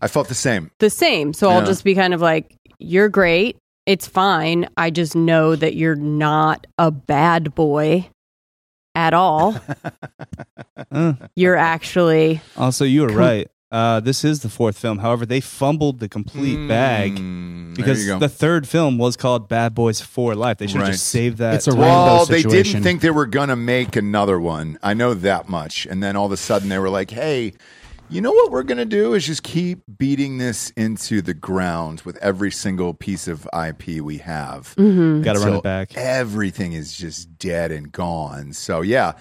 B: I felt the same.
C: the same. So I'll
B: Yeah.
C: just be kind of like, you're great. It's fine. I just know that you're not a bad boy at all.
D: Uh,
C: You're actually
D: also, you were right. Uh, this is the fourth film. However, they fumbled the complete bag
B: Mm, Hmm, there
D: because
B: you go.
D: the third film was called Bad Boys for Life. They should have
B: Right.
D: just saved that.
E: It's a rainbow
B: well, they
E: situation.
B: didn't think they were gonna make another one. I know that much. And then all of a sudden, they were like, "Hey." You know what we're gonna do is just keep beating this into the ground with every single piece of IP we have.
C: Mm-hmm.
D: Got to run
B: until
D: it back.
B: Everything is just dead and gone. So yeah,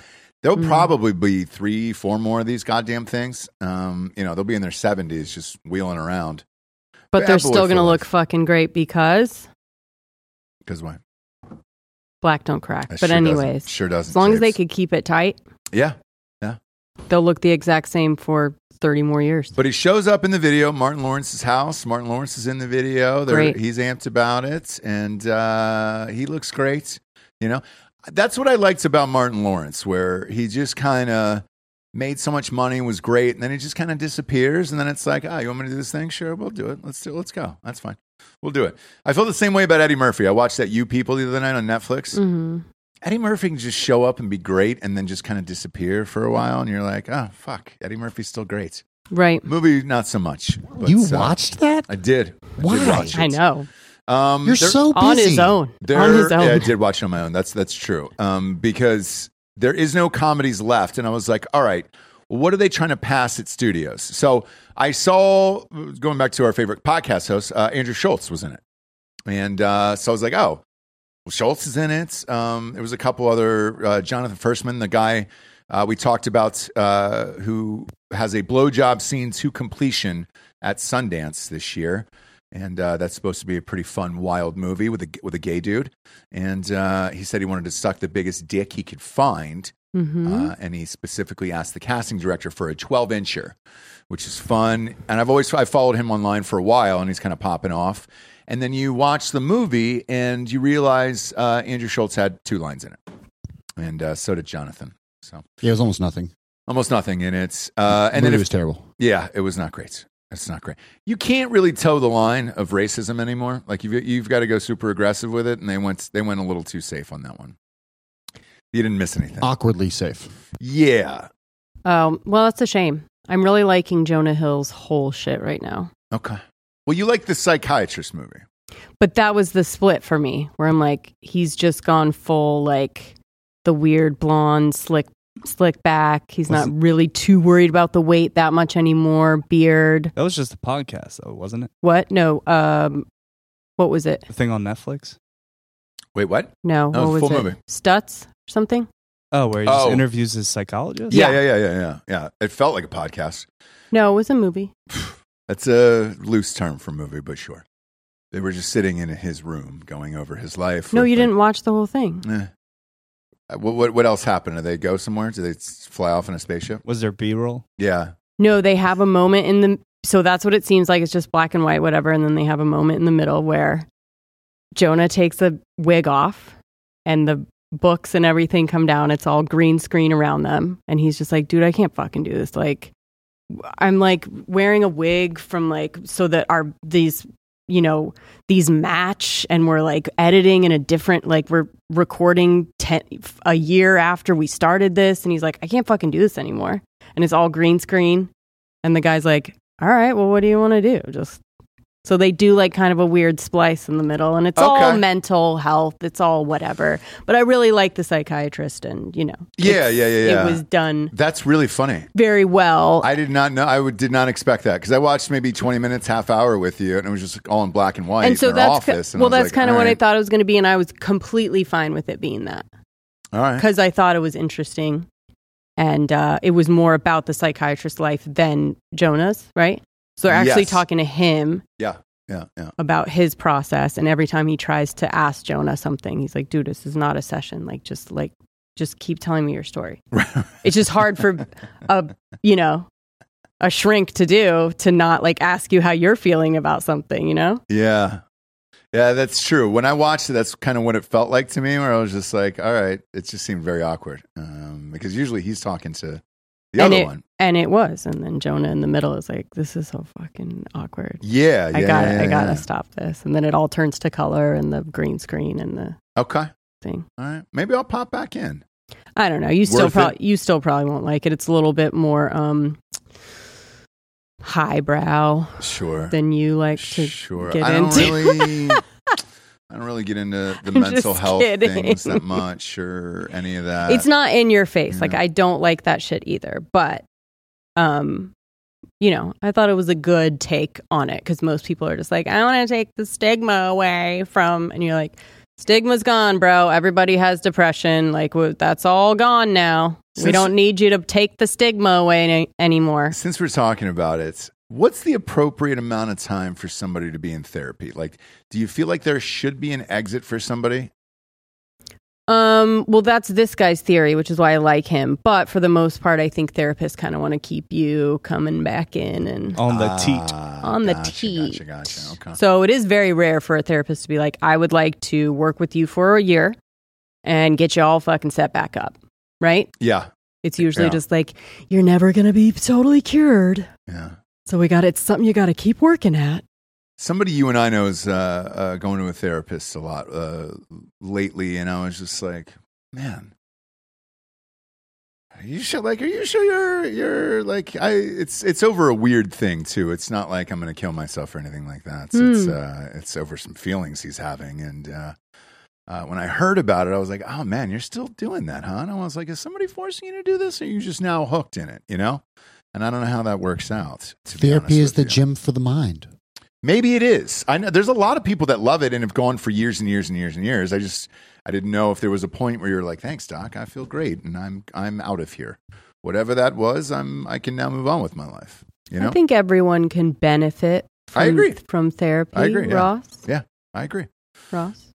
B: there'll probably be three, four more of these goddamn things. Um, you know, they'll be in their seventies, just wheeling around.
C: but
B: Bad
C: they're
B: boy
C: still
B: for
C: gonna
B: life.
C: look fucking great because
B: Because why?
C: black don't crack.
B: That
C: but
B: sure doesn't-
C: anyways,
B: sure doesn't.
C: as long as they
B: Japes.
C: could keep it tight,
B: Yeah,
C: they'll look the exact same for thirty more years.
B: but he shows up in the video. Martin Lawrence's house. Martin Lawrence is in the video. They're-
C: Great.
B: He's amped about it, and uh, he looks great. You know, that's what I liked about Martin Lawrence, where he just kind of made so much money was great, and then it just kind of disappears, and then it's like, ah, you want me to do this thing? Sure, we'll do it. Let's do. Let's go. That's fine. We'll do it. I felt the same way about Eddie Murphy. I watched that You People the other night on Netflix.
C: hmm
B: Eddie Murphy can just show up and be great, and then just kind of disappear for a while, and you're like, oh fuck, Eddie Murphy's still great.
C: Right.
B: Movie, not so much. but,
E: you
B: uh,
E: watched that?
B: I did. I did
E: Why?
B: watch it.
C: I know.
B: Um,
E: You're
B: there-
E: so busy.
C: On his own.
B: there,
C: on his
B: Yeah, I
C: own.
B: did watch it on my own. That's that's true. Um, because there is no comedies left, and I was like, all right, what are they trying to pass at studios? So I saw going back to our favorite podcast host, uh, Andrew Schultz was in it, and uh, so I was like, oh, well, Schultz is in it. Um, there was a couple other uh, Jonathan Firstman, the guy uh, we talked about, uh, who has a blowjob scene to completion at Sundance this year, and uh, that's supposed to be a pretty fun, wild movie with a with a gay dude. And uh, he said he wanted to suck the biggest dick he could find,
C: hmm
B: uh, and he specifically asked the casting director for a 12 incher, which is fun. And I've always I followed him online for a while, and he's kind of popping off. And then you watch the movie, and you realize uh, Andrew Schultz had two lines in it, and uh, so did Jonathan. So
E: Yeah, it was almost nothing.
B: almost nothing in it. Uh, and then
E: it
B: if
E: was terrible.
B: yeah, it was not great. It's not great. You can't really toe the line of racism anymore. Like you've you've got to go super aggressive with it, and they went they went a little too safe on that one. You didn't miss anything.
E: Awkwardly safe.
B: yeah,
C: Oh, well, that's a shame. I'm really liking Jonah Hill's whole shit right now.
B: Okay. Well, you like the psychiatrist movie.
C: But that was the split for me where I'm like, he's just gone full, like the weird blonde, slick, slick back. He's
D: Was
C: not really too worried about the weight that much anymore. Beard.
D: That was just a podcast, though, wasn't it?
C: What? No. Um, what was it?
D: The thing on Netflix.
B: Wait, what?
C: No.
B: No,
C: what was
B: full
C: it?
B: movie.
C: Stutz or something?
D: Oh, where he just
B: Oh.
D: interviews his psychologist.
B: Yeah, yeah, yeah, yeah, yeah, yeah. It felt like a podcast.
C: No, it was a movie.
B: That's a loose term for movie, but sure. They were just sitting in his room, going over his life.
C: No,
B: with
C: you
B: the-
C: didn't watch the whole thing.
B: Eh. Uh, What, what what else happened? Do they go somewhere? Do they s- fly off in a spaceship?
D: Was there B roll?
B: Yeah.
C: No, they have a moment in the. So that's what it seems like. It's just black and white, whatever. And then they have a moment in the middle where Jonah takes a wig off and the books and everything come down. It's all green screen around them. And he's just like, dude, I can't fucking do this. Like, I'm like wearing a wig from like, so that our, these, you know, these match and we're like editing in a different, like, we're recording ten, a year after we started this. And he's like, I can't fucking do this anymore. And it's all green screen. And the guy's like, all right, well, what do you want to do? Just so they do like kind of a weird splice in the middle, and it's all
B: Okay.
C: mental health. It's all whatever. But I really like the psychiatrist, and you know,
B: Yeah,
C: it's-
B: yeah, yeah, yeah.
C: It was done
B: That's really funny.
C: very well.
B: I did not know. I would, did not expect that because I watched maybe twenty minutes, half hour with you, and it was just all in black and white.
C: and so
B: in their
C: that's ki-
B: office, and I
C: well,
B: was like,
C: that's kind of
B: all
C: what I
B: right,
C: thought it was going to be, and I was completely fine with it being that
B: All right.
C: because I thought it was interesting, and uh, it was more about the psychiatrist's life than Jonah's, right? So they're actually
B: Yes.
C: talking to him
B: Yeah. Yeah. Yeah.
C: about his process and every time he tries to ask jonah something he's like dude this is not a session like just like just keep telling me your story it's just hard for a you know a shrink to do to not like ask you how you're feeling about something you know
B: Yeah. Yeah, that's true. When I watched it, that's kind of what it felt like to me, where I was just like, all right, it just seemed very awkward. Um, because usually he's talking to the
C: and
B: other
C: it,
B: one.
C: and it was and then jonah in the middle is like this is so fucking awkward
B: Yeah, yeah.
C: i gotta
B: yeah,
C: i gotta
B: yeah.
C: stop this and then it all turns to color and the green screen and the
B: Okay.
C: thing
B: All right. Maybe I'll pop back in.
C: I don't know. You still
B: Worth
C: probably you still probably won't like it. It's a little bit more um highbrow
B: Sure.
C: than you like to
B: sure.
C: get
B: I don't
C: into.
B: really I don't really get into the
C: I'm
B: mental
C: just
B: health
C: kidding.
B: things that much or any of that.
C: it's not in your face. Like
B: yeah.
C: I don't like that shit either. But um you know, I thought it was a good take on it cuz most people are just like I want to take the stigma away from and you're like stigma's gone, bro. Everybody has depression. Like w- that's all gone now. we
B: Since-
C: don't need you to take the stigma away any- anymore.
B: Since we're talking about it, what's the appropriate amount of time for somebody to be in therapy? Like, do you feel like there should be an exit for somebody?
C: Um, well, that's this guy's theory, which is why I like him. But for the most part, I think therapists kind of want to keep you coming back in and
D: On the teat.
B: Ah,
C: on the
B: gotcha,
C: teat.
B: Gotcha, gotcha. Okay.
C: So it is very rare for a therapist to be like, I would like to work with you for a year and get you all fucking set back up, right?
B: yeah,
C: It's usually
B: Yeah.
C: just like, you're never going to be totally cured.
B: yeah.
C: So we got it's something you got to keep working at.
B: Somebody you and I know is uh, uh, going to a therapist a lot uh, lately, and I was just like, man. Are you sure? Like, are you sure you're you're like? I it's it's over a weird thing too. It's not like I'm gonna kill myself or anything like that. It's it's,
C: Hmm.
B: uh, it's over some feelings he's having, and uh, uh, when I heard about it, I was like, oh man, you're still doing that, huh? And I was like, is somebody forcing you to do this, or are you just now hooked in it? You know, and I don't know how that works out. to be honest
E: Therapy is
B: with
E: the
B: you.
E: gym for the mind.
B: Maybe it is. I know there's a lot of people that love it and have gone for years and years and years and years. I just I didn't know if there was a point where you're like, "Thanks, doc. I feel great and I'm I'm out of here." Whatever that was, I'm I can now move on with my life, you know?
C: I think everyone can benefit from,
B: I agree.
C: from therapy.
B: I agree, yeah.
C: Ross?
B: Yeah. I agree.
C: Ross?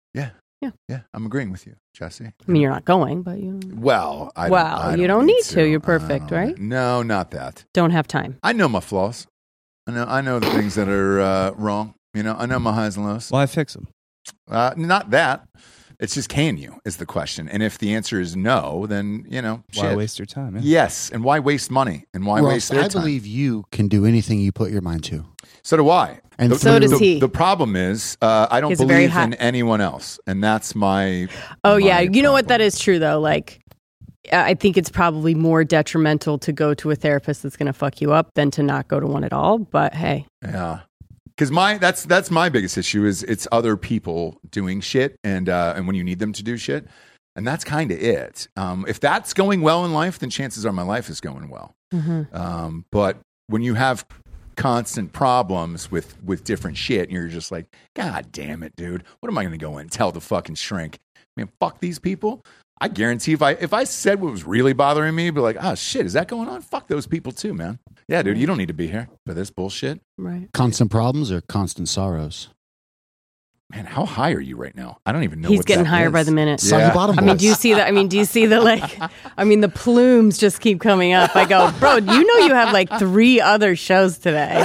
B: Yeah, I'm agreeing with you, Jesse.
C: I mean, you're not going, but you
B: well, I
C: Well,
B: I
C: you don't need to. You're
B: I
C: perfect,
B: don't-
C: right?
B: No, not that.
C: don't have time.
B: I know my flaws. I know I know the things that are uh, wrong, you know. I know my highs and lows.
D: Why fix him?
B: Uh, not that. It's just can you is the question, and if the answer is no, then you know
D: Why
B: shit.
D: waste your time? yeah?
B: Yes, and why waste money and why
E: Ross,
B: waste their
E: I
B: time?
E: believe you can do anything you put your mind to.
B: so do I.
E: And
B: The-
C: So
B: the-
C: does
B: the-
C: he.
B: The problem is, uh, I don't
C: He's very
B: believe
C: hot.
B: in anyone else, and that's my.
C: Oh
B: my
C: yeah, you know what that
B: problem.
C: is true though. Like I think it's probably more detrimental to go to a therapist that's going to fuck you up than to not go to one at all. But hey,
B: Yeah. Cause my that's that's my biggest issue is it's other people doing shit and uh, and when you need them to do shit. And that's kind of it. Um, if that's going well in life, then chances are my life is going well. Um, but when you have constant problems with with different shit, and you're just like, God damn it, dude, what am I going to go in and tell the fucking shrink? I mean, fuck these people. I guarantee if I if I said what was really bothering me, I'd be like, oh shit, is that going on? Fuck those people too, man. Yeah, dude, you don't need to be here for this bullshit.
C: right?
E: Constant problems or constant sorrows?
B: Man, how high are you right now? I don't even know.
C: He's
B: what
C: getting
B: that
C: higher by
B: is.
C: the minute.
B: Yeah.
E: Soggy bottom
C: I mean,
E: boys.
C: do you see that? I mean, do you see the like? I mean, the plumes just keep coming up. I go, bro, you know you have like three other shows today.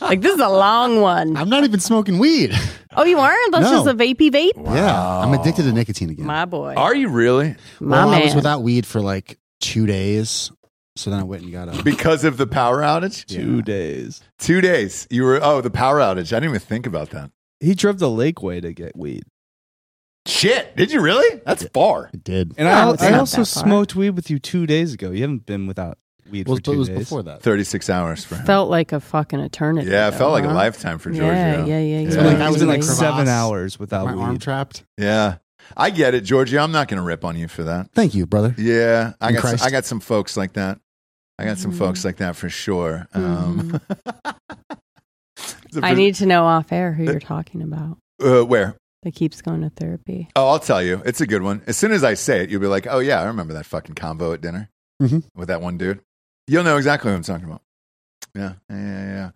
C: Like this is a long one.
E: I'm not even smoking weed.
C: Oh, you are? That's
E: No.
C: just a vapey vape,
E: Yeah, I'm addicted to nicotine again.
C: my boy.
B: Are you really?
C: my
E: well,
C: man.
E: I was without weed for like two days, so then I went and got a.
B: Because of the power outage?
D: Two days.
B: Two days. You were oh the power outage. I didn't even think about that.
D: He drove the Lakeway to get weed.
B: Shit, did you really? That's far.
E: I did.
D: And
C: Yeah,
D: I,
C: it's
D: I
C: not
D: also
C: that far.
D: smoked weed with you two days ago. You haven't been without weed
E: Well,
D: for
E: but
D: two
E: it was
D: days.
E: before that.
B: Thirty six hours for him.
C: felt like a fucking eternity.
B: yeah, it
C: though,
B: felt like a
C: huh?
B: lifetime for Georgia.
C: Yeah, yeah, yeah.
B: It's
D: It's
B: Yeah.
D: been like,
E: I was
D: it's been
E: in
D: like
E: a
D: seven
E: crevasse.
D: hours without
E: My
D: weed.
E: arm trapped.
B: Yeah. I get it, Georgia. I'm not going to rip on you for that.
E: Thank you, brother.
B: Yeah, I
E: In
B: got some,
E: Christ.
B: I got some folks like that. I got some
C: Mm.
B: folks like that for sure. Um,
C: Mm-hmm. I need to know off air who you're talking about
B: uh, where?
C: that keeps going to therapy.
B: Oh, I'll tell you. It's a good one. As soon as I say it, you'll be like, "Oh yeah, I remember that fucking convo at dinner
E: Mhm.
B: with that one dude." You'll know exactly what I'm talking about. Yeah, yeah, yeah. yeah.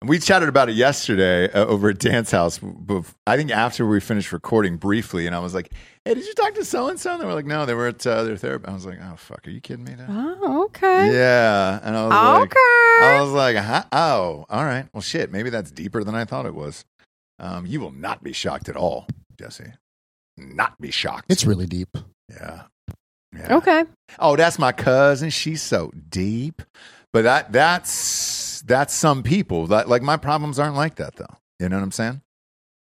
B: And we chatted about it yesterday uh, over at Dance House. bef- I think after we finished recording briefly, and I was like, "Hey, did you talk to so and so?" And they were like, "No, they were at uh, their therapist." I was like, "Oh fuck, are you kidding me?" Now?
C: Oh, okay.
B: Yeah, and I was like,
C: okay.
B: I was like, huh? oh, all right. Well, shit. Maybe that's deeper than I thought it was. Um, you will not be shocked at all, Jesse. Not be shocked.
E: It's really deep.
B: yeah. yeah.
C: okay.
B: Oh, that's my cousin. She's so deep. But that that's that's some people. That like my problems aren't like that though. You know what I'm saying?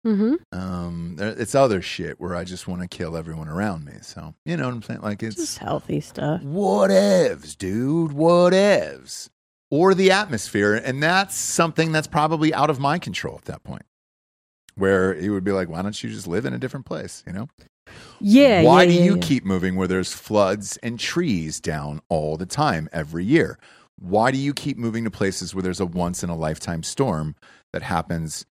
C: Mm-hmm.
B: Um, there- it's other shit where I just want to kill everyone around me. So you know what I'm saying? Like it's
C: Just healthy stuff.
B: what evs, dude? What evs? Or the atmosphere. And that's something that's probably out of my control at that point. Where he would be like, why don't you just live in a different place? You know?
C: Yeah.
B: why
C: yeah,
B: do
C: yeah,
B: you
C: yeah.
B: keep moving where there's floods and trees down all the time every year? Why do you keep moving to places where there's a once in a lifetime storm that happens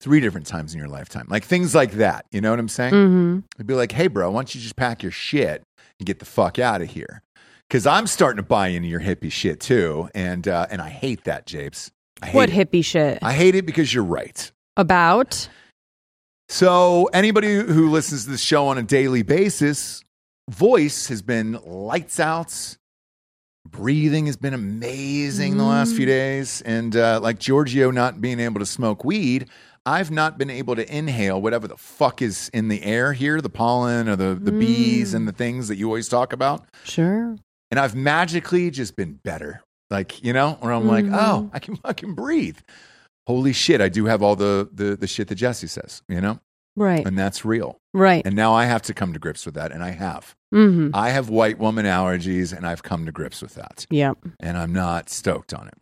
B: three different times in your lifetime? Like things like that. You know what I'm saying?
C: Mm-hmm.
B: I'd be like, hey, bro, why don't you just pack your shit and get the fuck out of here? Because I'm starting to buy into your hippie shit too. And, uh, and I hate that, Japes. I hate
C: What
B: it.
C: hippie shit?
B: I hate it because you're right.
C: About?
B: So, anybody who listens to this show on a daily basis, voice has been lights out. Breathing has been amazing the last few days. And uh, like Giorgio not being able to smoke weed, I've not been able to inhale whatever the fuck is in the air here the pollen or the, the bees and the things that you always talk about.
C: Sure.
B: And I've magically just been better. Like, you know, where I'm like, oh, I can fucking breathe. Holy shit, I do have all the, the, the shit that Jesse says, you know?
C: Right.
B: and that's real.
C: Right.
B: And now I have to come to grips with that, and I have.
C: Mm-hmm.
B: I have white woman allergies, and I've come to grips with that,
C: Yeah.
B: and I'm not stoked on it.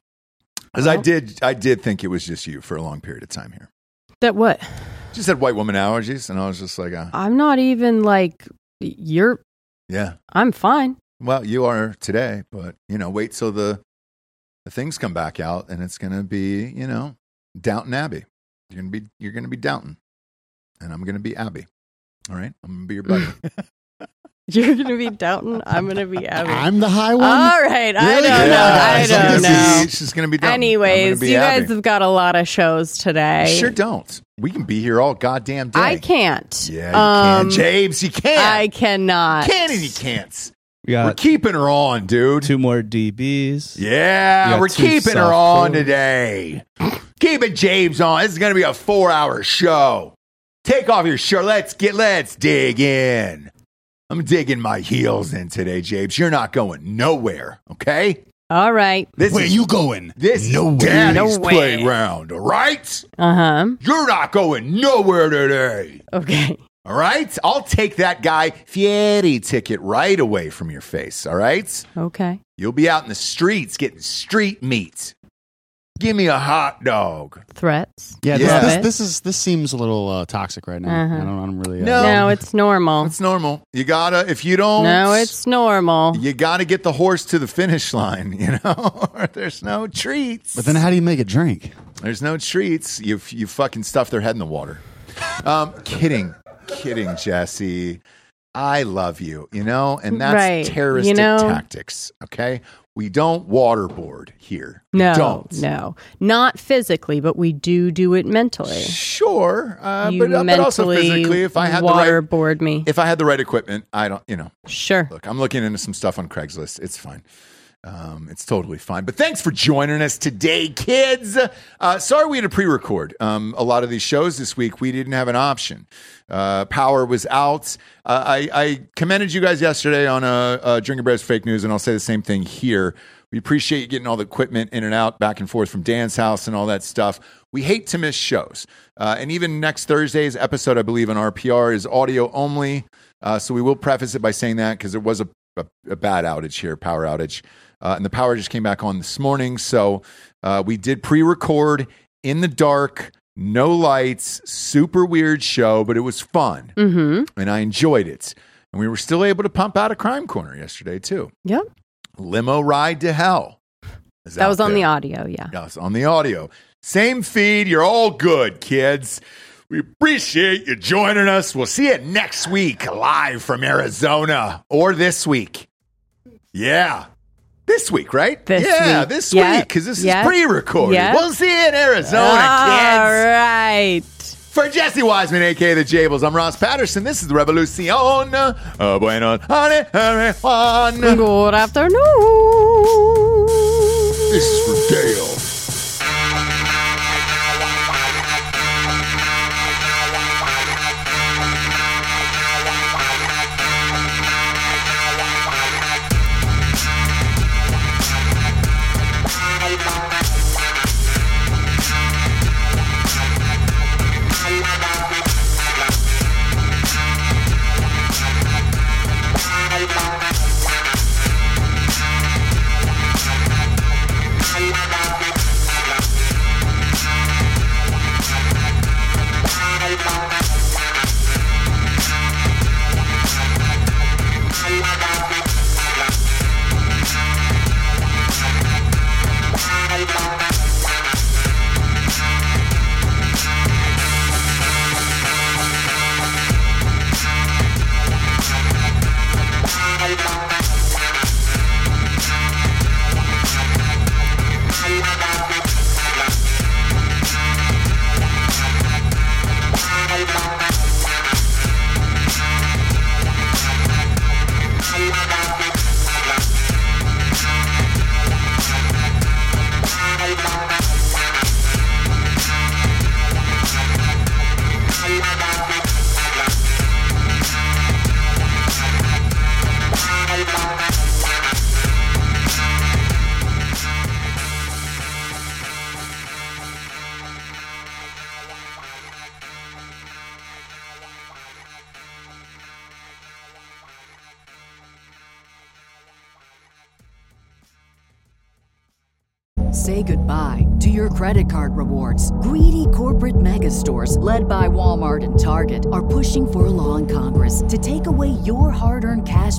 B: Because I
C: Well-
B: did, I did think it was just you for a long period of time here.
C: That what?
B: Just had white woman allergies, and I was just like, uh,
C: I'm not even like you're.
B: yeah,
C: I'm fine.
B: well, you are today, but you know, wait till the the things come back out, and it's gonna be, you know, Downton Abbey. You're gonna be, you're gonna be Downton, and I'm gonna be Abbey. All right, I'm gonna be your buddy.
C: You're gonna be Downton. I'm gonna be Abby.
E: I'm the high one.
C: All right. I
E: Really?
C: don't know.
E: Yeah,
C: I
B: she's gonna
C: don't
B: be-
C: know.
B: she's gonna be Downton. I'm gonna
C: Anyways,
B: be
C: you
B: Abbey.
C: guys have got a lot of shows today.
B: Sure don't. We can be here all goddamn day.
C: I can't.
B: Yeah, you
C: Um,
B: can. James, you can.
C: I cannot.
B: You can and you can't.
D: We
B: We're
D: got
B: keeping her on, dude.
D: Uh, two more DBs. You
B: yeah,
D: got
B: we're
D: two
B: keeping her
D: soft
B: on
D: phones.
B: today. Keeping James on. This is going to be a four hour show. Take off your shirt. Let's get, let's dig in. I'm digging my heels in today, James. You're not going nowhere, okay?
C: All right.
B: This
E: Where
B: is
E: you going?
B: this is
E: Nowhere.
B: daddy's
C: Nowhere.
B: playground, all right?
C: Uh huh.
B: You're not going nowhere today.
C: Okay.
B: All right. I'll take that guy Fieri ticket right away from your face. All right.
C: Okay.
B: You'll be out in the streets getting street meat. Give me a hot dog.
C: Threats.
E: Yeah,
B: Yeah.
E: This,
C: Love it.
E: this, this is this seems a little uh, toxic right now.
C: Uh-huh.
E: I don't. I'm really. Uh,
B: No.
C: No, it's normal.
B: um, It's normal. You gotta, if you don't,
C: no, it's normal.
B: you gotta get the horse to the finish line, you know? Or There's no treats.
E: But then, how do you make a drink?
B: There's no treats. You you fucking stuff their head in the water. Um, kidding, kidding, Jesse. I love you, you know, and that's
C: Right, you
B: terroristic
C: know?
B: tactics. Okay, we don't waterboard here. We
C: No,
B: don't.
C: no, not physically, but we do do it mentally.
B: Sure, uh,
C: you
B: but, uh,
C: mentally
B: but also physically, if I had the right,
C: waterboard me,
B: if I had the right equipment, I don't, you know.
C: sure.
B: Look, I'm looking into some stuff on Craigslist. It's fine. Um, it's totally fine. But thanks for joining us today, kids. Uh, sorry we had to pre record um, a lot of these shows this week. We didn't have an option. Uh, power was out. Uh, I, I commended you guys yesterday on uh, uh, Drinking Bears Fake News, and I'll say the same thing here. We appreciate you getting all the equipment in and out, back and forth from Dan's house and all that stuff. We hate to miss shows. Uh, and even next Thursday's episode, I believe, on RPR is audio only. Uh, so we will preface it by saying that because there was a, a, a bad outage here, power outage. Uh, and the power just came back on this morning. So uh, we did pre record in the dark, no lights, super weird show, but it was fun
C: Mm-hmm.
B: and I enjoyed it. And we were still able to pump out a crime corner yesterday, too.
C: Yep.
B: Limo Ride to Hell. is
C: That
B: out
C: was on
B: there.
C: the audio. Yeah.
B: Yeah, it's on the audio. Same feed. You're all good, kids. We appreciate you joining us. We'll see you next week live from Arizona or this week. Yeah. This week, right?
C: This
B: yeah,
C: week.
B: this
C: Yep.
B: week, because this
C: Yep.
B: is pre recorded.
C: Yep.
B: We'll see you in Arizona,
C: All
B: kids.
C: right.
B: For Jesse Wiseman, aka The Jables, I'm Ross Patterson. This is the Revolucion. Uh, buenos aires, everyone.
C: Good afternoon.
B: This is for Dale.
F: Say goodbye to your credit card rewards. Greedy corporate mega stores, led by Walmart and Target, are pushing for a law in Congress to take away your hard earned cash